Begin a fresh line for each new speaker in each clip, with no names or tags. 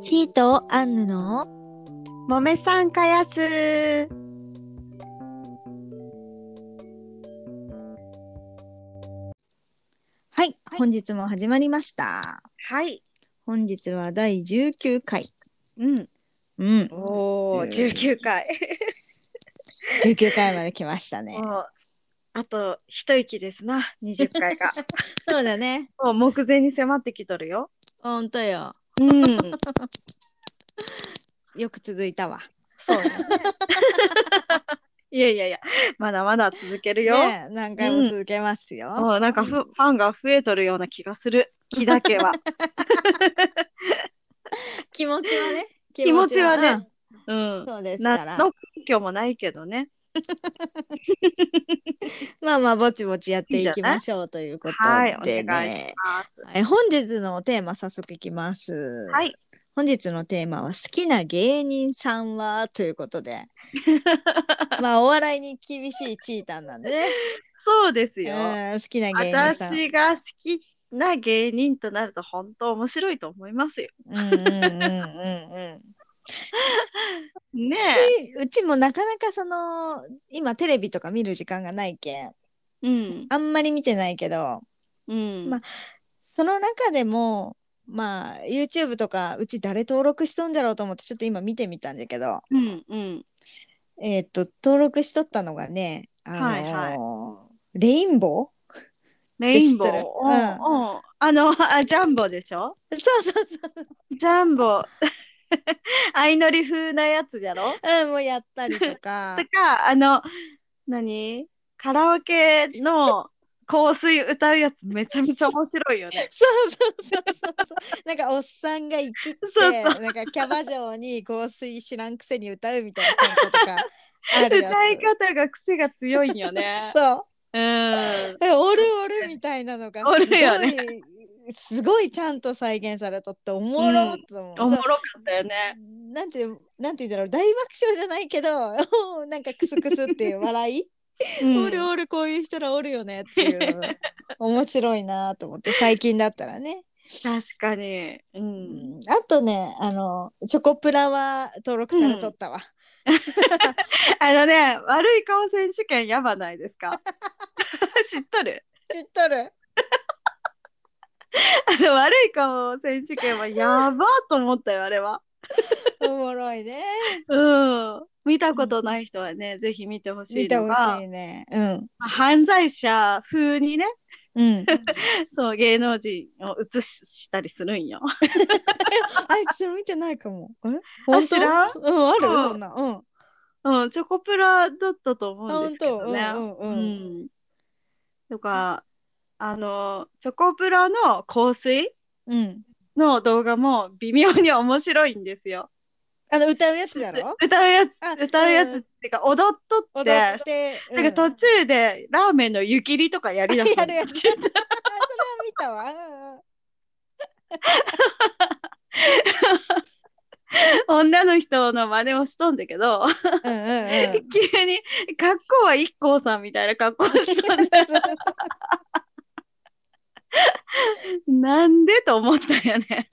シートアンヌの
もめさんかやす。
はい、本日も始まりました。
はい。
本日は第19回。
うん。
うん、
おお、
えー
十九回。
19回まで来ましたね。
もう あと一息ですな。二十回が。
そうだね。
もう目前に迫ってきとるよ。
ほんとよ。
うん。
よく続いたわ。
そうね。いやいやいや、まだまだ続けるよ。
ねえ何回も続けますよ。
もうなんかフファンが増えとるような気がする。気だけは。
気持ちはね。気
持ちはね
うん
うん。
そうですか
な
ら。
の根拠もないけどね。
まあまあ、ぼちぼちやっていきましょうということ
はい、お
で
願いし
ね。
ます。
はい本日のテーマ、早速いきます。
はい。
本日のテーマは好きな芸人さんはということ でまあお笑いに厳しいチータンなんでね、
そうです
うん
よ。
好きな芸人さん、
私が好きな芸人となると本当面白いと思いますよ。
うんうんうんうんうん、
ね
うちうちもなかなかその今テレビとか見る時間がないけん
え。うん。
あんまり見てないけど
うん。
まあその中でもまあ YouTube とかうち誰登録しとんじゃろうと思ってちょっと今見てみたんだけど
うんうん。
えーっと登録しとったのがねあのー
はいは
レインボー
レインボー。
知ってる
うんうん。あの、あジャンボでしょ
そうそうそう
ジャンボ。 相乗り風なやつじゃろ
うん、もうやった りとか
と。か、あの、何カラオケの香水歌うやつめちゃめちゃ面白いよね。
そうそうそうそうそう。なんかおっさんが生きって、
そうそう
なんかキャバ嬢に香水知らんくせに歌うみたいなコントとかあ
歌
るやつ。。
い方が癖が強いんよね
そう。
うん。
え、おるおるみたいなのがすご
お
い、
るよね
すごいちゃんと再現されとっておもろっと思う。
おもろ
そ
かったよね。
うなんてなんて言うんだろう大爆笑じゃないけど なんかクスクスっていう笑い、
うん
おるおるこういう人らおるよねっていう 面白いなと思って最近だったらね
確かに。う。
うんんあとね、あの、チョコプラは登録されとったわ。
あのね、悪い顔選手権やばないですか。 知っとる。
知っとる。
あの 悪い顔選手権はやばと思ったよ、あれは。
おもろいね。
うん。見たことない人はね、ぜひ見てほしい
見て
の
ほ
が
し、いね。うん。
まあ犯罪者風にね、
うん。
そう芸能人を映したりするんよ。
あいつそれ見てないかも。え本当
知らん
うん、ある
うん
そんな。うん。
うん、チョコプラだったと思うんで
本
すけ
当う
ど
ん
ね。
う
うん
うん。
ん。とか、あの、チョコプラの香水
うん。
の動画も微妙に面白いんですよ。
あの、歌うやつだろ
歌うやつ
あ
歌うやつっ
ん
ていうか踊っとって
踊って。
なんか途中でラーメンの湯切りとかやりだす
や
の
るやつ。それは見たわ。うんうん
女の人の真似をしとんだけ
う
ど、
んうんうん。
急に格好は IKKO さんみたいな格好 をしとんでなんでと思ったよね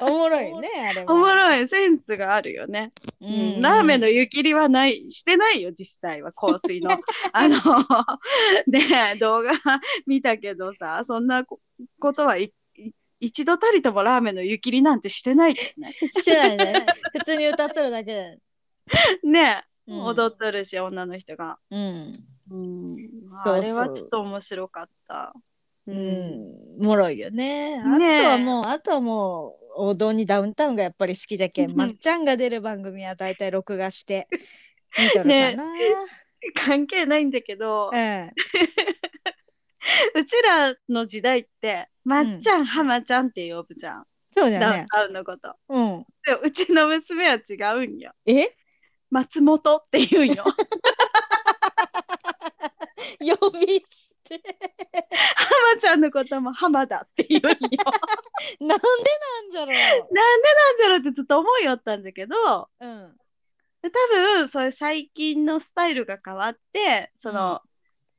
おもろいね、あれも。
おもろいセンスがあるよね、
う
うん
ん。
ラーメンの湯切りはないしてないよ実際は香 水のあのね動画見たけどさそんなこことはいい一度たりともラーメンの湯切りなんてしてないですね
してないね。普通に歌っとるだけで。
ね え、
うん
踊っとるし女の人が、
うん。
うん
そうそう
あれはちょっと面白かった、う
う、ん、おもろいよね。あ
ねえ
とはもう、あとはもう、王道にダウンタウンがやっぱり好きじゃけ、
うんん
まっちゃんが出る番組は大体録画 して見とるかな。
関係ないんだけど、
うん
うちらの時代ってまっちゃん、はまちゃんって呼ぶじゃん
そうだ
ダ
よ
ウン
ね。
タウンのこと
うん。
でうちの娘は違うんよ
え
松本って言うんよは
呼び捨て。
まちゃんのことも浜田って言う んよな
なんで
んで
なんじゃろ
なんだろうってずっと思いよったんだけど
う。うん。
で多分そういう最近のスタイルが変わってその、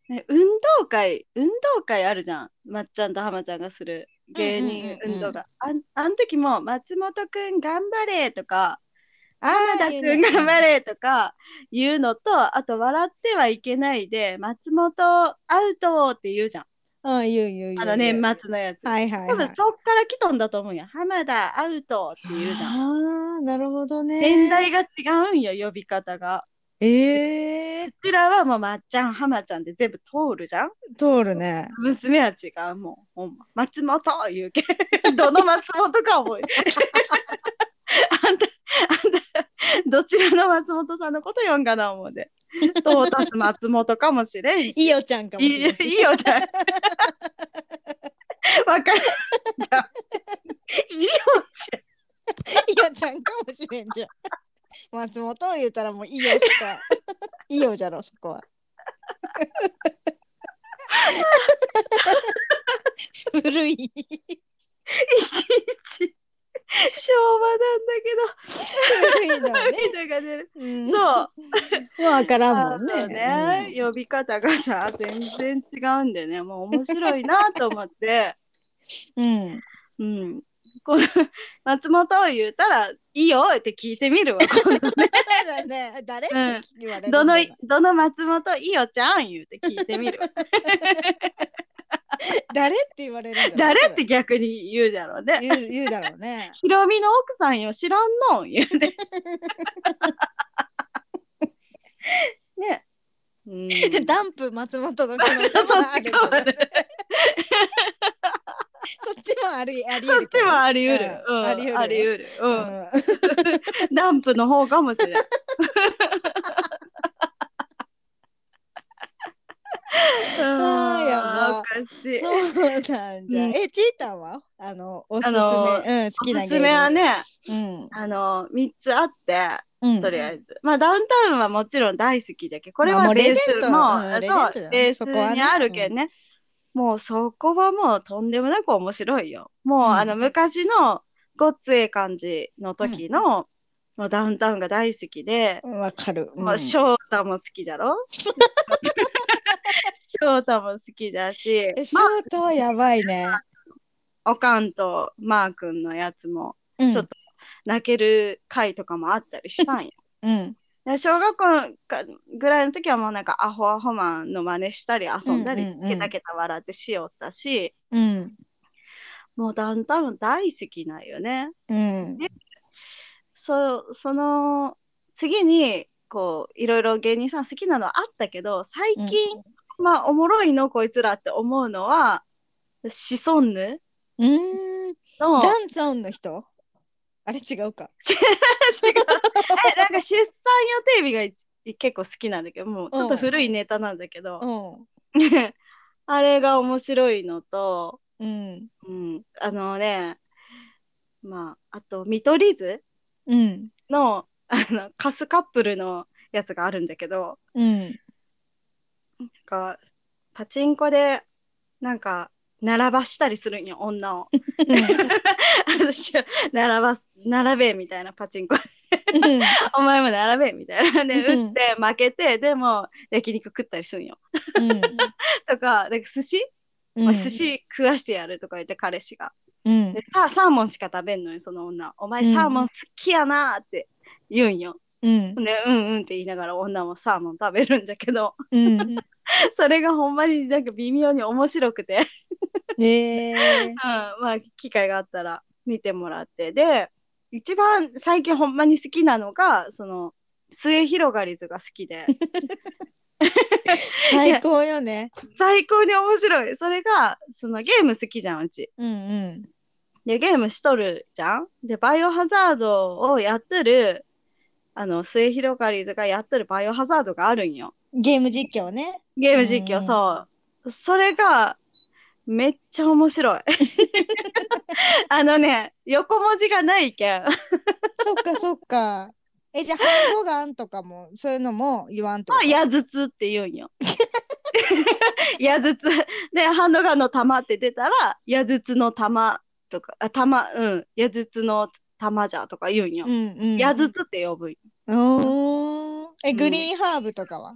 ね運動会運動会あるじゃんまっちゃんとはまちゃんがする芸人
うんうんうんうん
運動が、あんあの時も松本くん頑張れとか
あ
浜田
ー
く
いうんね
頑張れとか言うのとあと笑ってはいけないで松本アウトって言うじゃん
うん、言う言う言う。
あの年末のやつ、
はいはい、
多
は
分
い。
そっから来とんだと思うんや浜田アウトって言うじゃん
ああ、なるほどね。
年代が違うんよ呼び方が
ええ
うちらはもうまっちゃん浜ちゃんで全部通るじゃん
通るね。
娘は違うもうほんま松本言うけ どの松本か覚えあんたあんたどちらの松本さんのこと読んかな思うで到達松本かもしれんし
いよちゃんかも
い
し
い
れ
よ
ない
いいよじゃん わかるいい
い
よ
よちゃんかもしれんじゃん。松本を言うたらもういいよしか。いいよじゃろ、そこは。古い。
いちいち 昭和
古いの
なんだ
はね
けど。涙が出る
うん、
そう
もうわから
あ
んもん
の
ね。
ね呼び方がさ全然違うんでねもう面白いなと 思って、
うん。うん
うん、 この松本を言うたら「いいよ」って聞いて みるわ今度
そうだね、誰って
うん
言われるんだ
ど
ろう
のどの松本いいよちゃん言うて聞いて みるわ
誰って言われるんだろう
誰って逆に言うだろうね
言う言うだろう ね。
ひろみの奥さんよ知らんのん 言うてね うん
ダンプ松本の可能性もあるけ ど、ね、そっちもありあり
そ
え
っ
るけ
ち
どね
もあり得る。
うん
うん
あり得るよ
あり得る。
う
うんん。ダンプの方かもしれない。
あーやば
おかしい。
そうなんじゃん。
うん
え、ちーたんはあの、おすすめ、
あ
う
の
ん、好き
お
な
す
芸
すめは
人。
ね、
うん
あの、3つあって、
うん。
とりあえず。まあ、ダウンタウンはもちろん大好きだけど、これ
まあも
は
う
ベ
レ
ー
ジ
ス
ェンド
も
う
う、
んレジェンドだ
そう、
ね
ベース
そこはね
にあるけんね。もうそこはもうとんでもなく面白いよ。もう、
うん
あの、昔のごっつええ感じの時の、もうダウンタウンが大好きで、
わかる。うん
まあ、翔太も好き だろ翔太も好きだし、
え、ショートはやばいね。
まあ、おかんとマー君のやつも
うん
ちょっ泣ける回とかもあったりし たんや。
うん。
で小学校かぐらいの時はもうなんかアホアホマンの真似したり遊んだ
うん
り
うんうん
ケタケタ笑ってしよったし、
うん。
もうダウンタウン大好きなんよね。
うん。
そその次にこういろいろ芸人さん好きなのはあったけど最近、まあおもろいのこいつらって思うのはシソンヌ
うーん。
の違う
ダンサウンの人あれ違うか。
えなんか出産予定日がい結構好きなんだけどもうちょっと古いネタなんだけど、
うん。
あれが面白いのと、
うん。
うん、あのねまああと見取り図
うん。
のあのカスカップルのやつがあるんだけど
うん。
なんかパチンコでなんか並ばしたりするんよ 女を。私は並ばす並べみたいなパチンコ お前も並べみたいなね
うん
打って負けてでも焼肉食ったりするんよ
う ん。
とかなんか寿司、
う
お
ん。
い寿司食わしてやるとか言って彼氏が
うん
で。さサーモンしか食べんのよその女お前
うん
サーモン好きやなーって言うんよ、
うん。
でうんうんって言いながら女もサーモン食べるんだけど
うん。
それがほんまになんか微妙に面白くて、
ねえ
うん、まあ機会があったら見てもらってで一番最近ほんまに好きなのがその末広がり図が好 きで
最高よね。
最高に面白いそれがそのゲーム好きじゃんうち
うん
でゲームしとるじゃんでバイオハザードをやっとるあの末広がり図がやっとるバイオハザードがあるんよ
うん。ゲーム実況ね。
ゲーム実況、
うん
そう。それが、めっちゃ 面白い。 あのね、横文字がないけん。
そっかそっか。え、じゃあハンドガンとかも、そういうのも言わんと
ま
か。
あ、矢筒って言うん よ。矢筒。で、ハンドガンの弾って出たら、矢筒の弾とか、あ、弾、うん、矢筒の弾じゃとか言うんよ
う。んうん。
矢筒って呼ぶ。
おーえ、
うん
グリーンハーブとかは。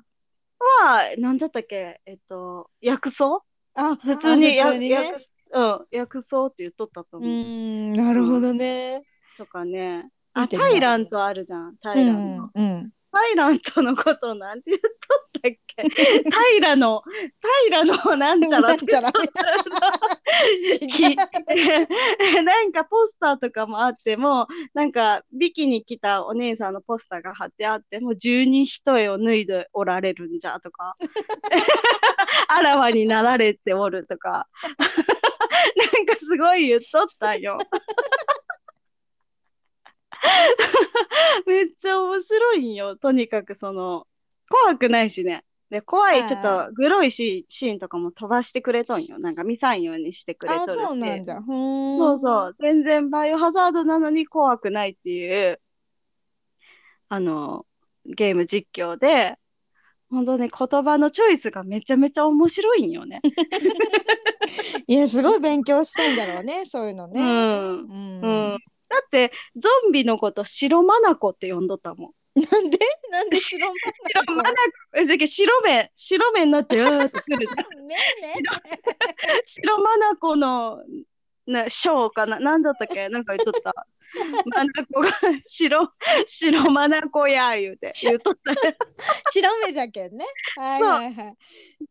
は、なんだったっけ、えっと、薬草
あ、
普通に
あ
や
普通にね。
薬うん、薬草って言っとった
う
と思う。
ん、なるほどね。
とかね。あ、
見てみ
タ
よう
イラントあるじゃん。タ
う
イラント。
ん、うん。
タイラントのことなんて言っとったっ けタイラの、タイラのなんちゃら
な
っ
ん
て
ちゃら。
き なんかポスターとかもあっても、なんかビキに来たお姉さんのポスターが貼ってあっても、十人一重を脱いでおられるんじゃとか、 あらわになられておるとか、 なんかすごい言っとったんよ。めっちゃ面白いんよ。とにかくその、怖くないしね。で、怖い、ちょっと、グロいシーンシーンとかも飛ばしてくれとんよ。なんか見さんようにしてくれ と
あ、
るし。
そうなんだ。ほん。
そうそう。全然バイオハザードなのに怖くないっていう、あの、ゲーム実況で、本当ね、言葉のチョイスがめちゃめちゃ面白いんよね。
いや、すごい勉強したんだろうね、そういうの
う
ね。
ん。
う
うんん。だって、ゾンビのこと、白マナコって呼んどったもん。
なんでなんで白マ
白
ナ
マナコ、 えじゃけ白目、白目になって、うーってくるじゃん。
ね
白マナコの、な、ショーかな、なんだったっけ、なんか言っとった。マナコが、白、白マナコや、言うて、言うとった。
白目じゃけんね。はいはいはい。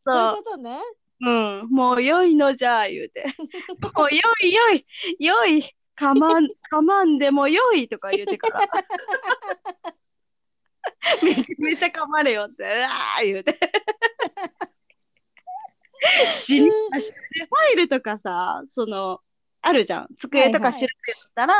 そういうことね。
うん、もう良いのじゃ、言うて。もう良い良い、良い、かまん、かまんでも良いとか言うてから。めちゃめちゃかまれよって、うわー言うて。死にましたね。ファイルとかさ、その、あるじゃん。机とか調べたら、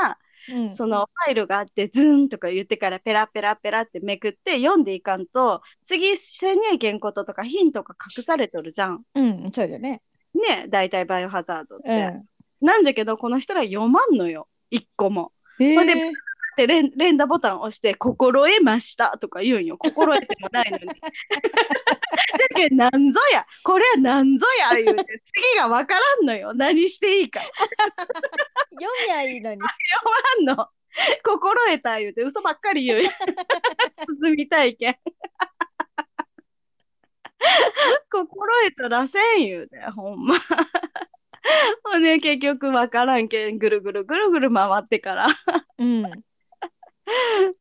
うん
そのファイルがあって、ズーンとか言ってからペラペラペラってめくって読んでいかんと、次、せにえげんこととかヒントが隠されとるじゃん。
うん、そうだね。
ね大体バイオハザード
う
っ
ん。
て。なんだけど、この人ら読まんのよ。一個も。
え
ほんで
ー
で、連連打ボタン押して、心得ましたとか言うんよ。心得てもないのに。だ けど、なんぞや、これはなんぞや、言うて、次がわからんのよ。何していいか。
読みゃいいのに。
読まんの。 心得た、言うて、嘘ばっかり言うよ。進みたいけん。 心得たらせん言うて、ほんま。 ほんで、結局わからんけん、ぐるぐるぐるぐる回ってから。
うん。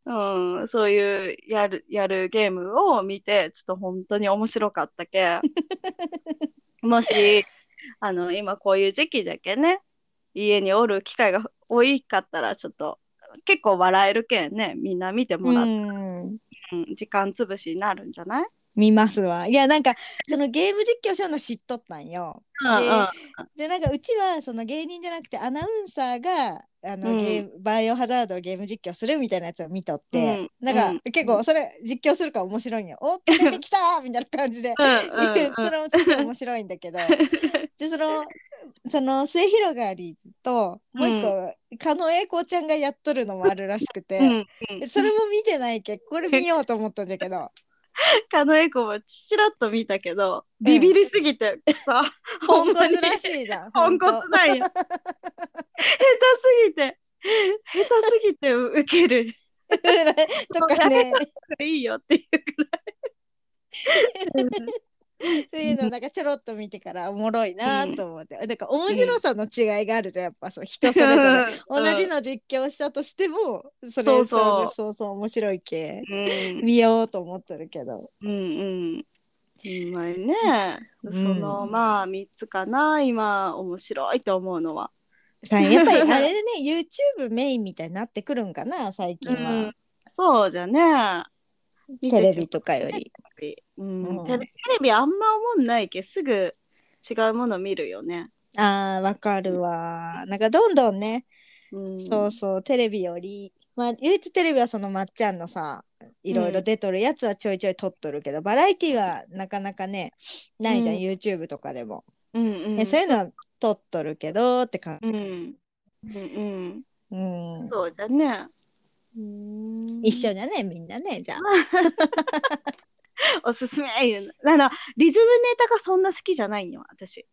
うん、そういうやる、やるゲームを見て、ちょっと本当に面白かっ たけん。もし、あの、今こういう時期だけね、家におる機会が多いかったら、ちょっと、結構笑えるけんね、みんな見てもらって、
うん。
うん時間つぶしになるんじゃない
見ますわ。いや、なんか、そのゲーム実況しようの知っとったんよ。
うんうん。
ででなんかうちはその芸人じゃなくてアナウンサーがあの、
うん
ゲームバイオハザードをゲーム実況するみたいなやつを見とって、
うん
なんか、
うん
結構それ実況するから面白いんよ。おっ出てきたーみたいな感じで。
うんうんうん
それもすごい面白いんだけど でそのその末広がりずともう一個、狩野英孝ちゃんがやっとるのもあるらしく
うん
て、
うん
でそれも見てないけこれ見ようと思ったんだけど
狩野英孝もちらっと見たけど、ビビりすぎて、さ、
ポンコ
ほんまに
ツらしいじゃ ん。
ポンコ
ほん
ツ
と
なんや。下手すぎて、下手すぎて受ける。
とか ね
いいよっていうくらい。
っていうのをなんかちょろっと見てからおもろいなと思って、なんか面白さの違いがあるじゃんやっぱそう人それぞれ、
う
同
ん
じの実況したとしてもそれ
そ
そうう
そう
そうそう面白い系
うん
見ようと思ってるけど
うんうん。ほんまにね。そ
うん
のまあ3つかな、今面白いと思うのは。
さやっぱりあれでね YouTube メインみたいになってくるんかな最近は、
うんそうじゃね。
テレビとかより。
うん
うん
テレ。テレビあんま思んないけどすぐ違うもの見るよね。
あーわかるわなんかどんどんね、
うん、
そうそうテレビよりまあ唯一テレビはそのまっちゃんのさいろいろ出とるやつはちょいちょい撮っとるけど、バラエティはなかなかねないじゃん、
うん
YouTube とかでも、
うんうん
えそういうのは撮っとるけどって感
うんうんうん
じ、うん、
そうじゃね。
一緒じゃねみんなねじゃあ
おすすめ言うの。あの、リズムネタがそんな好きじゃないんよ、私。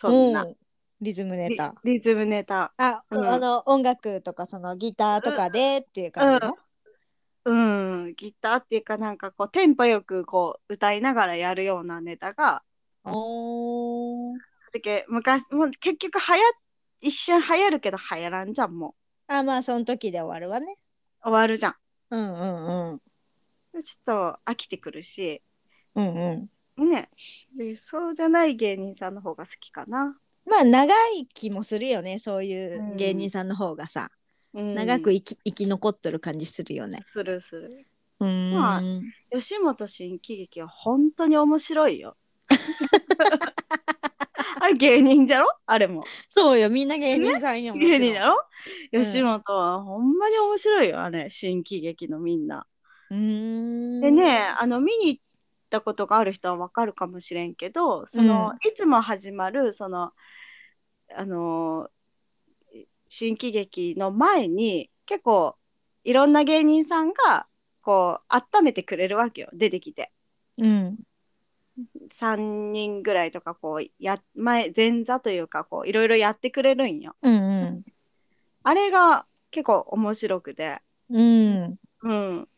そんな。
うんリズムネ
リ
タ
リズムネタ。
あ、
うん
あの音楽とかそのギターとかでっていう感じの、
うん、ギターっていうかなんかこう、テンポよくこう、歌いながらやるようなネタが
おー
だけ昔もう結局はや一瞬流行るけど流行らんじゃんも
あ、まあ、その時で終わるわね。
う終わるじゃん
うんうんうん。
ちょっと飽きてくるし
うんうん。
ねでそうじゃない芸人さんの方が好きかな、
まあ、長い気もするよね。そういう芸人さんの方がさ、
うん
長く生き生き残ってる感じするよね。
するする
うーん。
まあ吉本新喜劇は本当に面白 いよあれ芸人じゃろあれも
そうよ、みんな芸人さんよ。も
芸
ちろ
人
ん
だろ
うん
吉本はほんまに面白いよあれ新喜劇のみんな
うーん。
でね、あの見に行ったことがある人はわかるかもしれんけどその、
う
いつも始まるそのあのー新喜劇の前に結構いろんな芸人さんがこう温めてくれるわけよ出てきて
うん。
3人ぐらいとかこうや前前座というかこういろいろやってくれるんよ
うん
あれが結構面白くて
うん。うん。
うん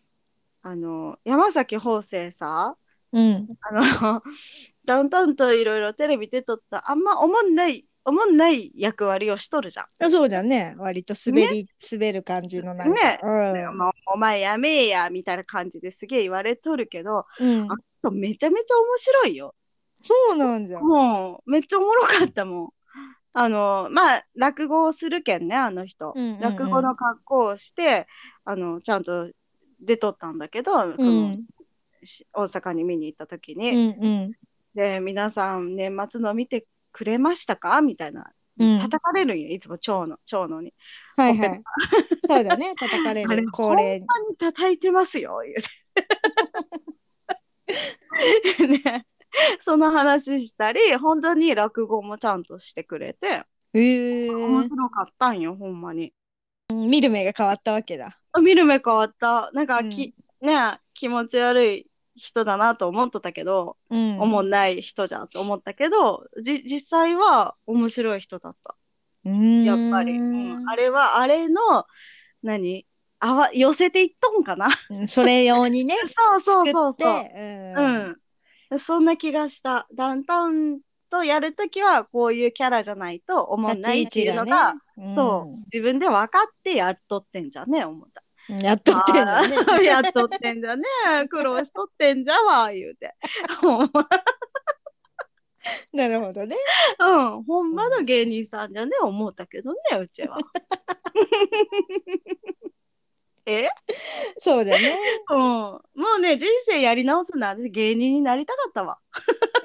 あの山崎邦生さ
うん。
あの、 ダウンタウンといろいろテレビ出とった、あんま思んない、思んない役割をしとるじゃ
あそうだね。割と滑り、滑る感じのなんか。
ね
う
ん。まあお前やめえや、みたいな感じですげえ言われとるけど、
ん。うん
あ。めちゃめちゃ面白いよ。
そうなんじゃん。
もう、めっちゃおもろかったもん。あの、まあ、落語をするけんね、あの人。
うんうんうん
落語の格好をして、あの、ちゃんと出とったんだけど、こ
う
の
ん。
し大阪に見に行った時
う
に、
んうん。
で皆さん年末の見てくれましたかみたいな、
うん
叩かれるんよいつも蝶野蝶野に
はいはい。そうだね。叩かれ
あれ
る恒例に。
「何叩いてますよ」言 うてねその話したり本当に落語もちゃんとしてくれて
えー、
面白かったんよほんまに
見る目が変わったわけだ。
あ見る目変わったなんか
うん
き、ね気持ち悪い人だなと思っとったけど、
うん。
思んない人じゃと思ったけどじ実際は面白い人だった
うん
やっぱり、うんあれはあれの何あわ寄せていっとん かな
うんそれ用にね。
そう そうそう
作
そ
って
う、うん、そんな気がしたダウンタウンとやるときはこういうキャラじゃないと思わ
立
な
ち
い
位
っ
置
ていうの
が
が
ね。
そう自分で分かってやっとってんじゃね思った
うん。やっとってんだね。
あーやっとってんじゃね苦労しとってんじゃわ言うて ほんま
なるほどね。
うんほんまの芸人さんじゃね思ったけどねうち はえ
そうだね。
うん、もうね人生やり直すな私芸人になりたかったわ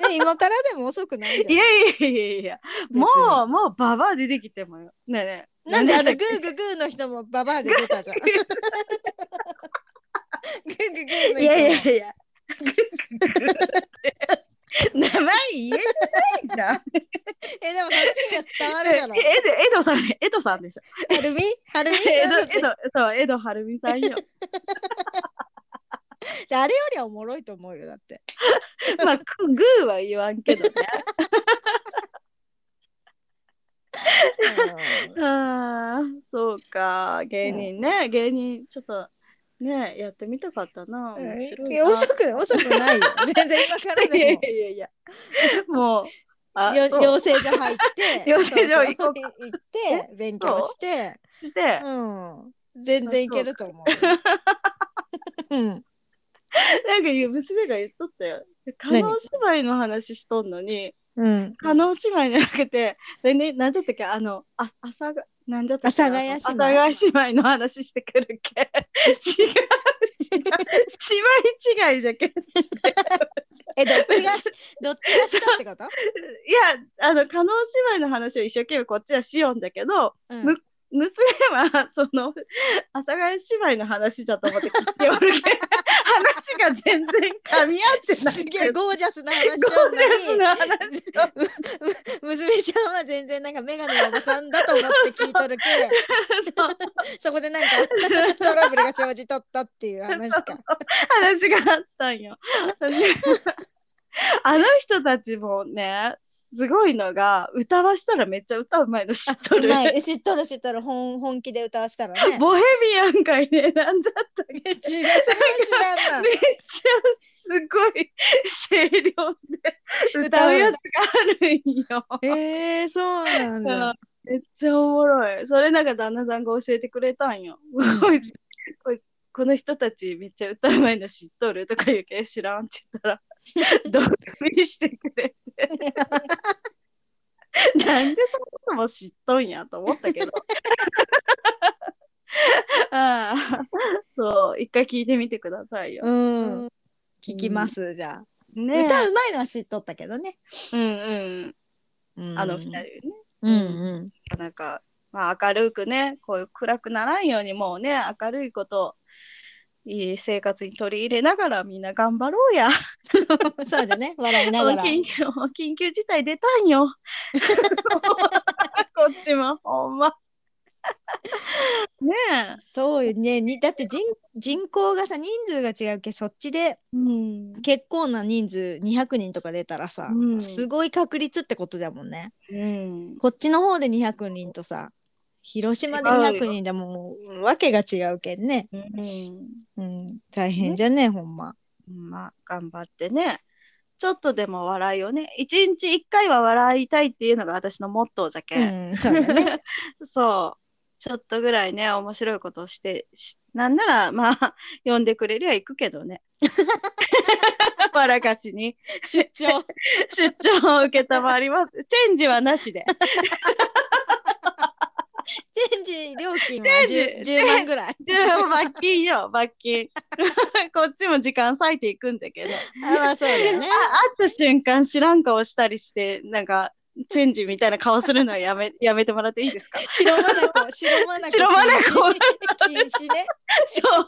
ね今からでも遅くない
い
じゃん。
やいやいやいやいやもうもうババア出てきてもよねえねえ
なんであの
ね
グーグーグーの人もババアで出たじゃん。グー グーグーの
えいやいや
人も
いやい や名前言えてないじゃん
えでもそっちが伝わ
え
る
え
だろ。
江戸さん江戸さんでしょ
はるみはるみ
江
なんだっ
戸江戸そう江戸晴美さん よ
てあれよりはおもろいと思うよだって。
まあグーは言わんけどね
うん
あーそうか芸人ね、芸人ちょっとねやってみたかったな 面白い
え
な
遅く遅くないよ。全然今から
いや
でも。
いやいやいやもうあ
よ
そう、
養成所入って
養成所行
そうそう行って、勉強して、
して
うん、全然いけると思うよ。 うん、
なんかいう娘が言っとったよ加
何
納姉妹の話しとんのに
うん、
加納姉妹じゃなくてでね何だったっけあのあ朝がなんだったっけ
阿佐ヶ谷姉妹
阿佐ヶ谷姉妹の話してくるけ違う違う姉妹違いじゃけ
え、どっち が、どっちがしたってこと。
いや、あの、加納姉妹の話を一生懸命こっちはしよんだけど、
うん、
娘は、その、阿佐ヶ谷姉妹の話だと思って聞いておるけど話が全然噛み合ってない
すげえ
けど。
ゴージャスな話しちゃう
ゴ
の
ー
に
ジャ スな話を
娘ちゃんは全然なんかメガネのおばさんだと思って聞いと るけ
そう
そこで なんかトラブルが生じとったっていう話か
話があったんよ。あの人たちもね、すごいのが、歌わしたらめっちゃ歌うまいの知っと
う
る。
まい知っとる知っとる本本気で歌わせたらね
ボヘミアンかいね、なんじゃったっけ
え知らんそれは知らんな
めっちゃすごい声量で歌うやつがあるんよ。
えー、そうなんだ
めっちゃおもろい。それなんか旦那さんが教えてくれたんよ。
ん
こいつこいこの人たちめっちゃ歌うまいの知っとるとか言うけど知らんって 言ったら、どっにしてくれて。 なんでそもそも知っとんやと思ったけど。 ああそう、一回聞いてみてくださいよ。
うん聞きますじゃあ、
ねえ
歌うまいのは知っとったけどね、
うんうん。あの二人ね。
うんうん
なんか、まあ、明るくね、こういう暗くならんように、もうね、明るいことを、いい生活に取り入れながら、みんな頑張ろうや。
そうだね笑いな がら
緊急緊急事態出た んよ。こっちも、ほんま。ねえ。
そうよねにだって人人口がさ人数が違うけそっちで
うん。
結構な人数200人とか出たらさ、
うん
すごい確率ってことだもんね
うん。
こっちの方で200人とさ広島で
違う
200
よ
人でももうわけが違うけんね、
うん
うん、大変じゃねほんま
まあ、頑張ってね。ちょっとでも笑いをね、一日一回は笑いたいっていうのが私のモットーじゃけん。
うんそうだね
そう。ちょっとぐらいね、面白いことをして、しなんなら、まあ、呼んでくれりゃ行くけど ね。わらかしに
出張
出張を受けたまわります。チェンジはなしで。
展示料金は 10,
展示
10万ぐらい
でも罰金よ、罰金。 こっちも時間割いていくんだけど。
あまあそうだよね
あ会った瞬間知らん顔したりして、なんか、チェンジみたいな顔するのはやめ、やめてもらっていいですか
白まなこ白まなこ
白眼鏡
禁止禁止ね
そう。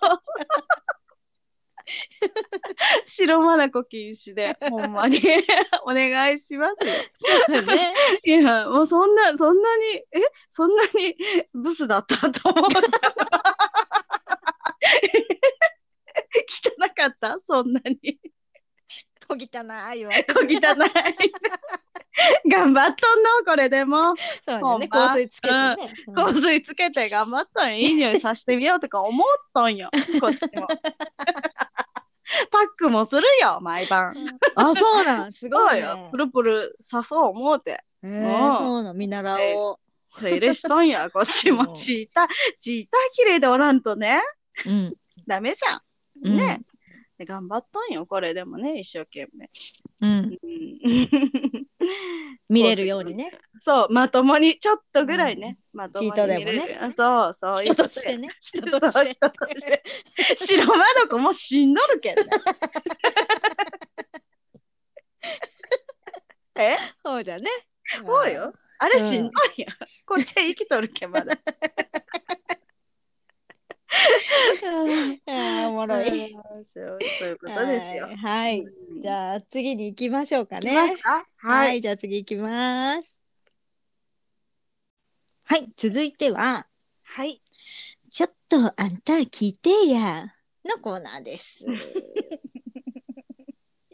白まなこ禁止で、ほんまに お願いしますよ。
そうだね
いや、もうそんな、そんなに、え、そんなにブスだったと思った。汚かったそんなに。
小汚いわ
小汚い。頑張っとんのこれでも。
そうだね
ほんま
香水つけてね、うん
香水つけて頑張ったんいい匂いさしてみようとか思っとんよ。こっちも。パックもするよ、毎晩。
あそうなんすご
そう
い、ね、
よ。プルプルさそう思うて。
え
うん
ー、そうなん見習おう、
手入れしと んや、こっち
う
も。
ん
チーター、チーター綺麗でおらんとね。
うん
ダメじゃ
うん
ん。ね、で頑張っとんよ、これでもね、一生懸命。
うん、
うん、
見れるようにね
そう、まともに、ちょっとぐらいね。まともに
チートでもね
見れるよそう、そういう
人
ことや
してね人
そう
として
人として白魔の子もしんどる けんね。え
そうじゃね
そうよ。あれ
うん
しんどいやん。こっちは生きとるけん、まだ。
あーおもろい
うんそうそういうことですよ
は。いはい
うん
じゃあ次に行きましょうかね
いますか
はい、
はい。
じゃあ次行きます。はい、続いては、
はい。
ちょっとあんた聞いてや、のコーナー です。よ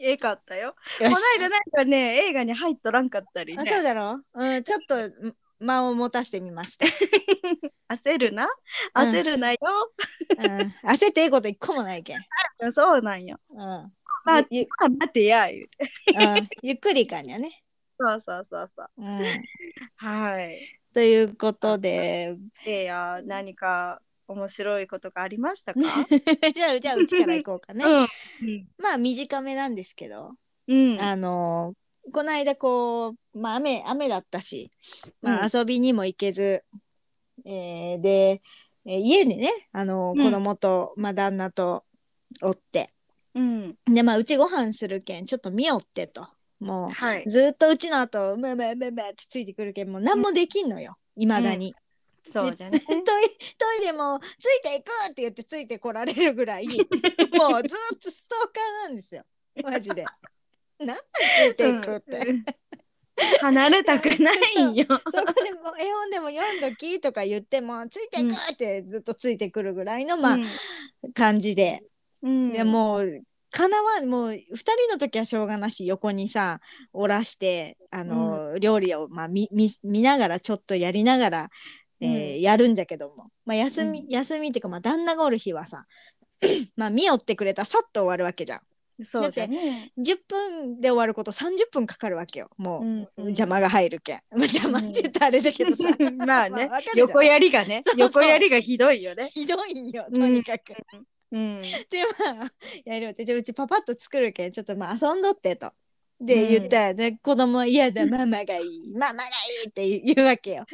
ええかったよ。
し
この間なんかね、映画に入っとらんかったり
あ、そう
ね。
だろう、うん、ちょっとん間を持たしてみました。
焦るな。
うん
焦るなよ。
うん、焦ってええこと一個もないけん。
そうなんよ。
うん、ま
まあ
ゆ
まあ待てや、言うて。
うん、ゆっくりかんやね。
そうそうそうそう。
うん、
はい。
ということで、
えや、何か面白いことがありまし たか
じゃあ、じゃあ、うちから行こうかね。
うん。
まあ、短めなんですけど。
うん。
あのこの間こう、まあ、雨雨だったし、ま
う
あ、遊びにも行けず、えーで、えー家にねあの
うん
子供と、まあ、旦那とおって
うん。
で、まあ、うちご飯するけんちょっと見よってとも。
はいう
ずっとうちの後うめうめうめうめってついてくるけんもう何もできんのよいまだに、
そうじゃね。
トイトイレもついていくって言ってついてこられるぐらいもうずっとストーカーなんですよマ ジで。なんでついていくって、
うん。離れたくないよ。
そこでも絵本でも読んどきとか言ってもついてくってずっとついてくるぐらいのまあ
うん
感じで、
うん
でもうかなわんもう2人の時はしょうがなし横にさおらしてあの、料理を、まあ、見見見ながらちょっとやりながら、えーやるんじゃけども、まあ、休み、
うん
休みっていうか、まあ、旦那がおる日はさまあ見よってくれたらさっと終わるわけじゃん。
そうだね。
10分で終わること30分かかるわけよもう、
うん。
邪魔が入るけん。まあ邪魔って言ったらあれだけどさ
まあね
わかるじゃん
横やりがね
そうそう
横やりがひどいよね。
ひどいんよとにかく。
うん
でまあやるよってじゃあうちパパッと作るけんちょっとまあ遊んどってと。で言ったら、で子供は嫌だママがいいママがいいって言うわ けよ。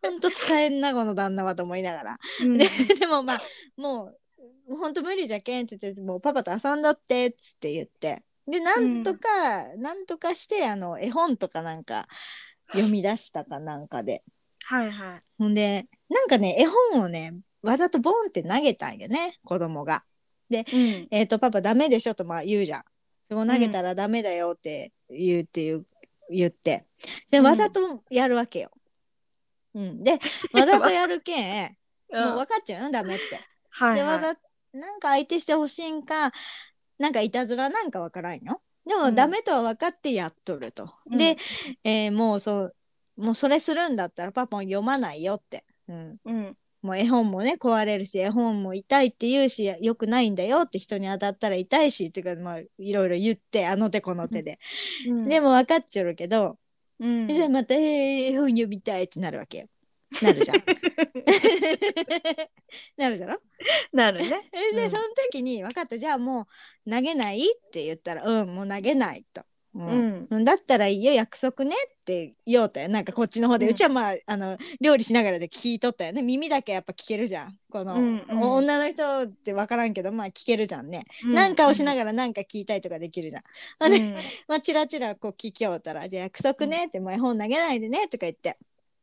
ほんと使えんなこの旦那はと思いながら。
う ん
ででもまあもうほんと無理じゃけんって言ってもうパパと遊んどってっつって言ってでなんとか、なんとかしてあの絵本とかなんか読み出したかなんかで
はいはい。
ほんでなんかね絵本をねわざとボンって投げたんよね子供が。
うん
えっ、と、パパダメでしょとまあ言うじゃん。そこ投げたらダメだよって言うっていう、言って。で、
うん
わざとやるわけよ。うん。 で、わざとやるけん、もう分かっちゃうよ、ダメって。
はい
で、
は
わ
い
ざ、なんか相手してほしいんか、なんかいたずらなんかわからんよ。で
う
も、
ん
ダメとは分かってやっとると。で、えーもうそう、もうそれするんだったらパパも読まないよって。うん。
うん
もう絵本もね壊れるし絵本も痛いって言うしよくないんだよって人に当たったら痛いしっていうか、まあ、いろいろ言ってあの手この手で、
うん
でも分かっちゃうけど、
うん
じゃあまたえー絵本読みたいってなるわけよなるじゃ ん なるじゃろ
なるね。
えで、
うん
その時に分かったじゃあもう投げないって言ったらうんもう投げないと、う
うんん
だったらいいよ約束ねって言おうとよなんかこっちの方で、
う
うんちはまああの料理しながらで聞いとったよね耳だけやっぱ聞けるじゃんこの、
うんうん
お女の人って分からんけどまあ聞けるじゃんね、
うん
なんかをしながらなんか聞いたりとかできるじゃん、ほんで
うん
まあチラチラこう聞きよったら「じゃあ約束ね」って「もう絵本投げないでね」とか言って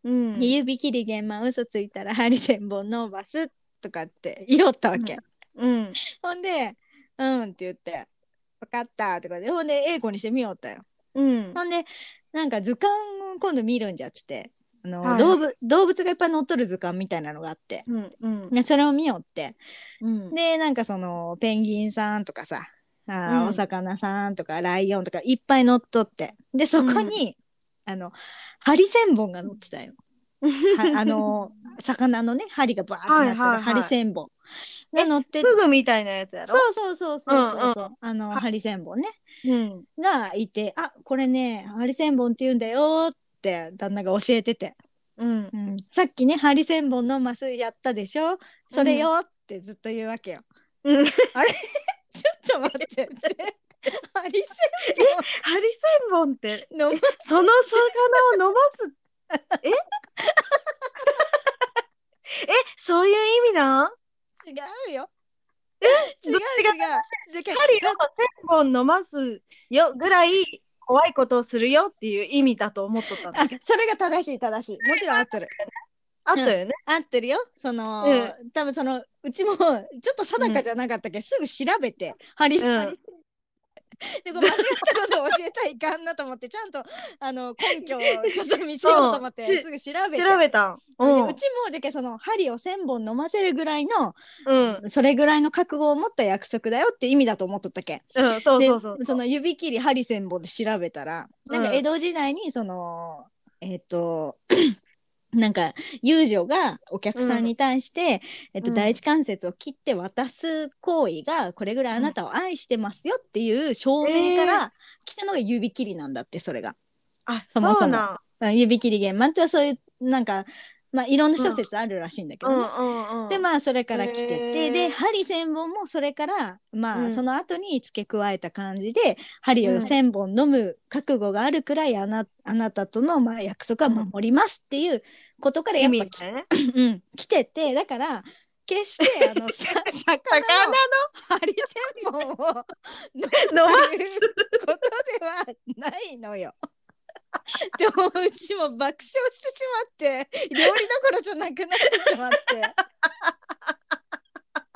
う
「
ん
で指切り弦まあ嘘ついたら針千本伸ばす」とかって言おったわけ、
うん
ほんで「うん」って言って「分かった」とかでほんで英語にしてみよったよ
うん
ほんでなんか図鑑を今度見るんじゃっつってあの、
はい
動物動物がいっぱい載っとる図鑑みたいなのがあって
うんうん
でそれを見よって
うん
でなんかそのペンギンさんとかさあー、
うん
お魚さんとかライオンとかいっぱい載っとってでそこに、あの針千本が載ってたよ。はあ の魚のね針がバーってなってる、
はいはいはい
針千本が載って
フグみたいなやつやろ
そ。うそうそうそうそうそう、
うん
あの
はい
針千本ね
うん
がいて「あこれねハリセンボンって言うんだよ」って旦那が教えてて、
うん
うんさっきねハリセンボンのマスやったでしょそれよってずっと言うわけよ。
うん
あれ ちょっと待ってってハリセ
ハリセンボンって
ンボンの
その魚を 飲ますえ えそういう意味なん
違うよ。
え
違う違
ど
う
っちが。
じゃけん
針を千本飲ますよぐらい怖いことをするよっていう意味だと思っとったん
あ
だけど
それが正しい正しいもちろん合ってる
あったよね。
合ってるよその、
う
多分そのうちもちょっと定かじゃなかったけど、すぐ調べてハリセン
うん
でこう間違ったことを教えたらいかんなと思ってちゃんとあの根拠をちょっと見せようと思って
そうし
すぐ調べて。
調べたん。
で
うん
うちもじゃけその針を1,000本飲ませるぐらいの、
うん、
それぐらいの覚悟を持った約束だよって意味だと思っとったけん
うん、そう
で
そうそう。
その指切り針1,000本で調べたらなんか
うん
江戸時代にその、えっ、と なんか遊女がお客さんに対して、えっと
うん
第一関節を切って渡す行為がこれぐらいあなたを愛してますよっていう証明か
うん
ら来たのが指切りなんだってそれが。
あ、
そもそも
なん
まあ指切り玄満ってはそういうなんか、まあ、いろんな諸説あるらしいんだけ
う
どね。
んうんうん。
でまあそれから来てて、
へー
で針千本もそれからまあ、
うん
その後に付け加えた感じで針
う
を
ん
千本飲む覚悟があるくらいあなあなたとのまあ約束は守りますっていうことからや
意
っ
味
ぱ
みたいなね。
き、 うん、来ててだから決してあ のさ
魚
魚の針千本を 飲むと
飲ま
いうことではないのよ。でもうちも爆笑してしまって料理どころじゃなくなってしまって。
の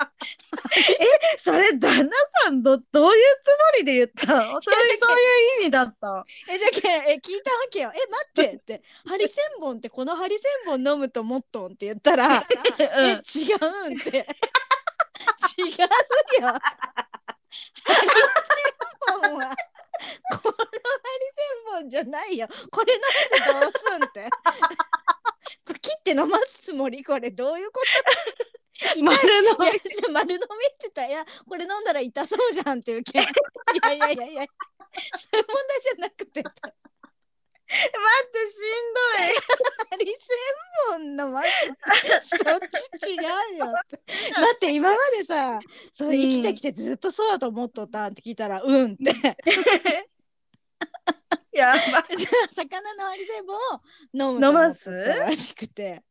それ旦那さんどどういうつもりで言ったの？そういうそういう意味だ った。
えじゃけえ聞いたわけよ「え待って」って「ハリセンボンってこのハリセンボン飲むともっとん」って言ったら「え違うん」って違うよハ本はこのハリセンボンじゃないよこれ飲んでどうすんってこれ切って飲ますつもりこれどういうこと痛い
丸飲み
いやじゃ丸飲みって言ったらいやこれ飲んだら痛そうじゃんっていうけいやいやいやいやそういう問題じゃなくて
待って、しんどい。
ハリセンボンのマスってそっち違うよ ってだって今までさそう生きてきてずっとそうだと思っとったんって聞いたらうん って
やば
魚のハリセンボンを飲むと思っとったらしく て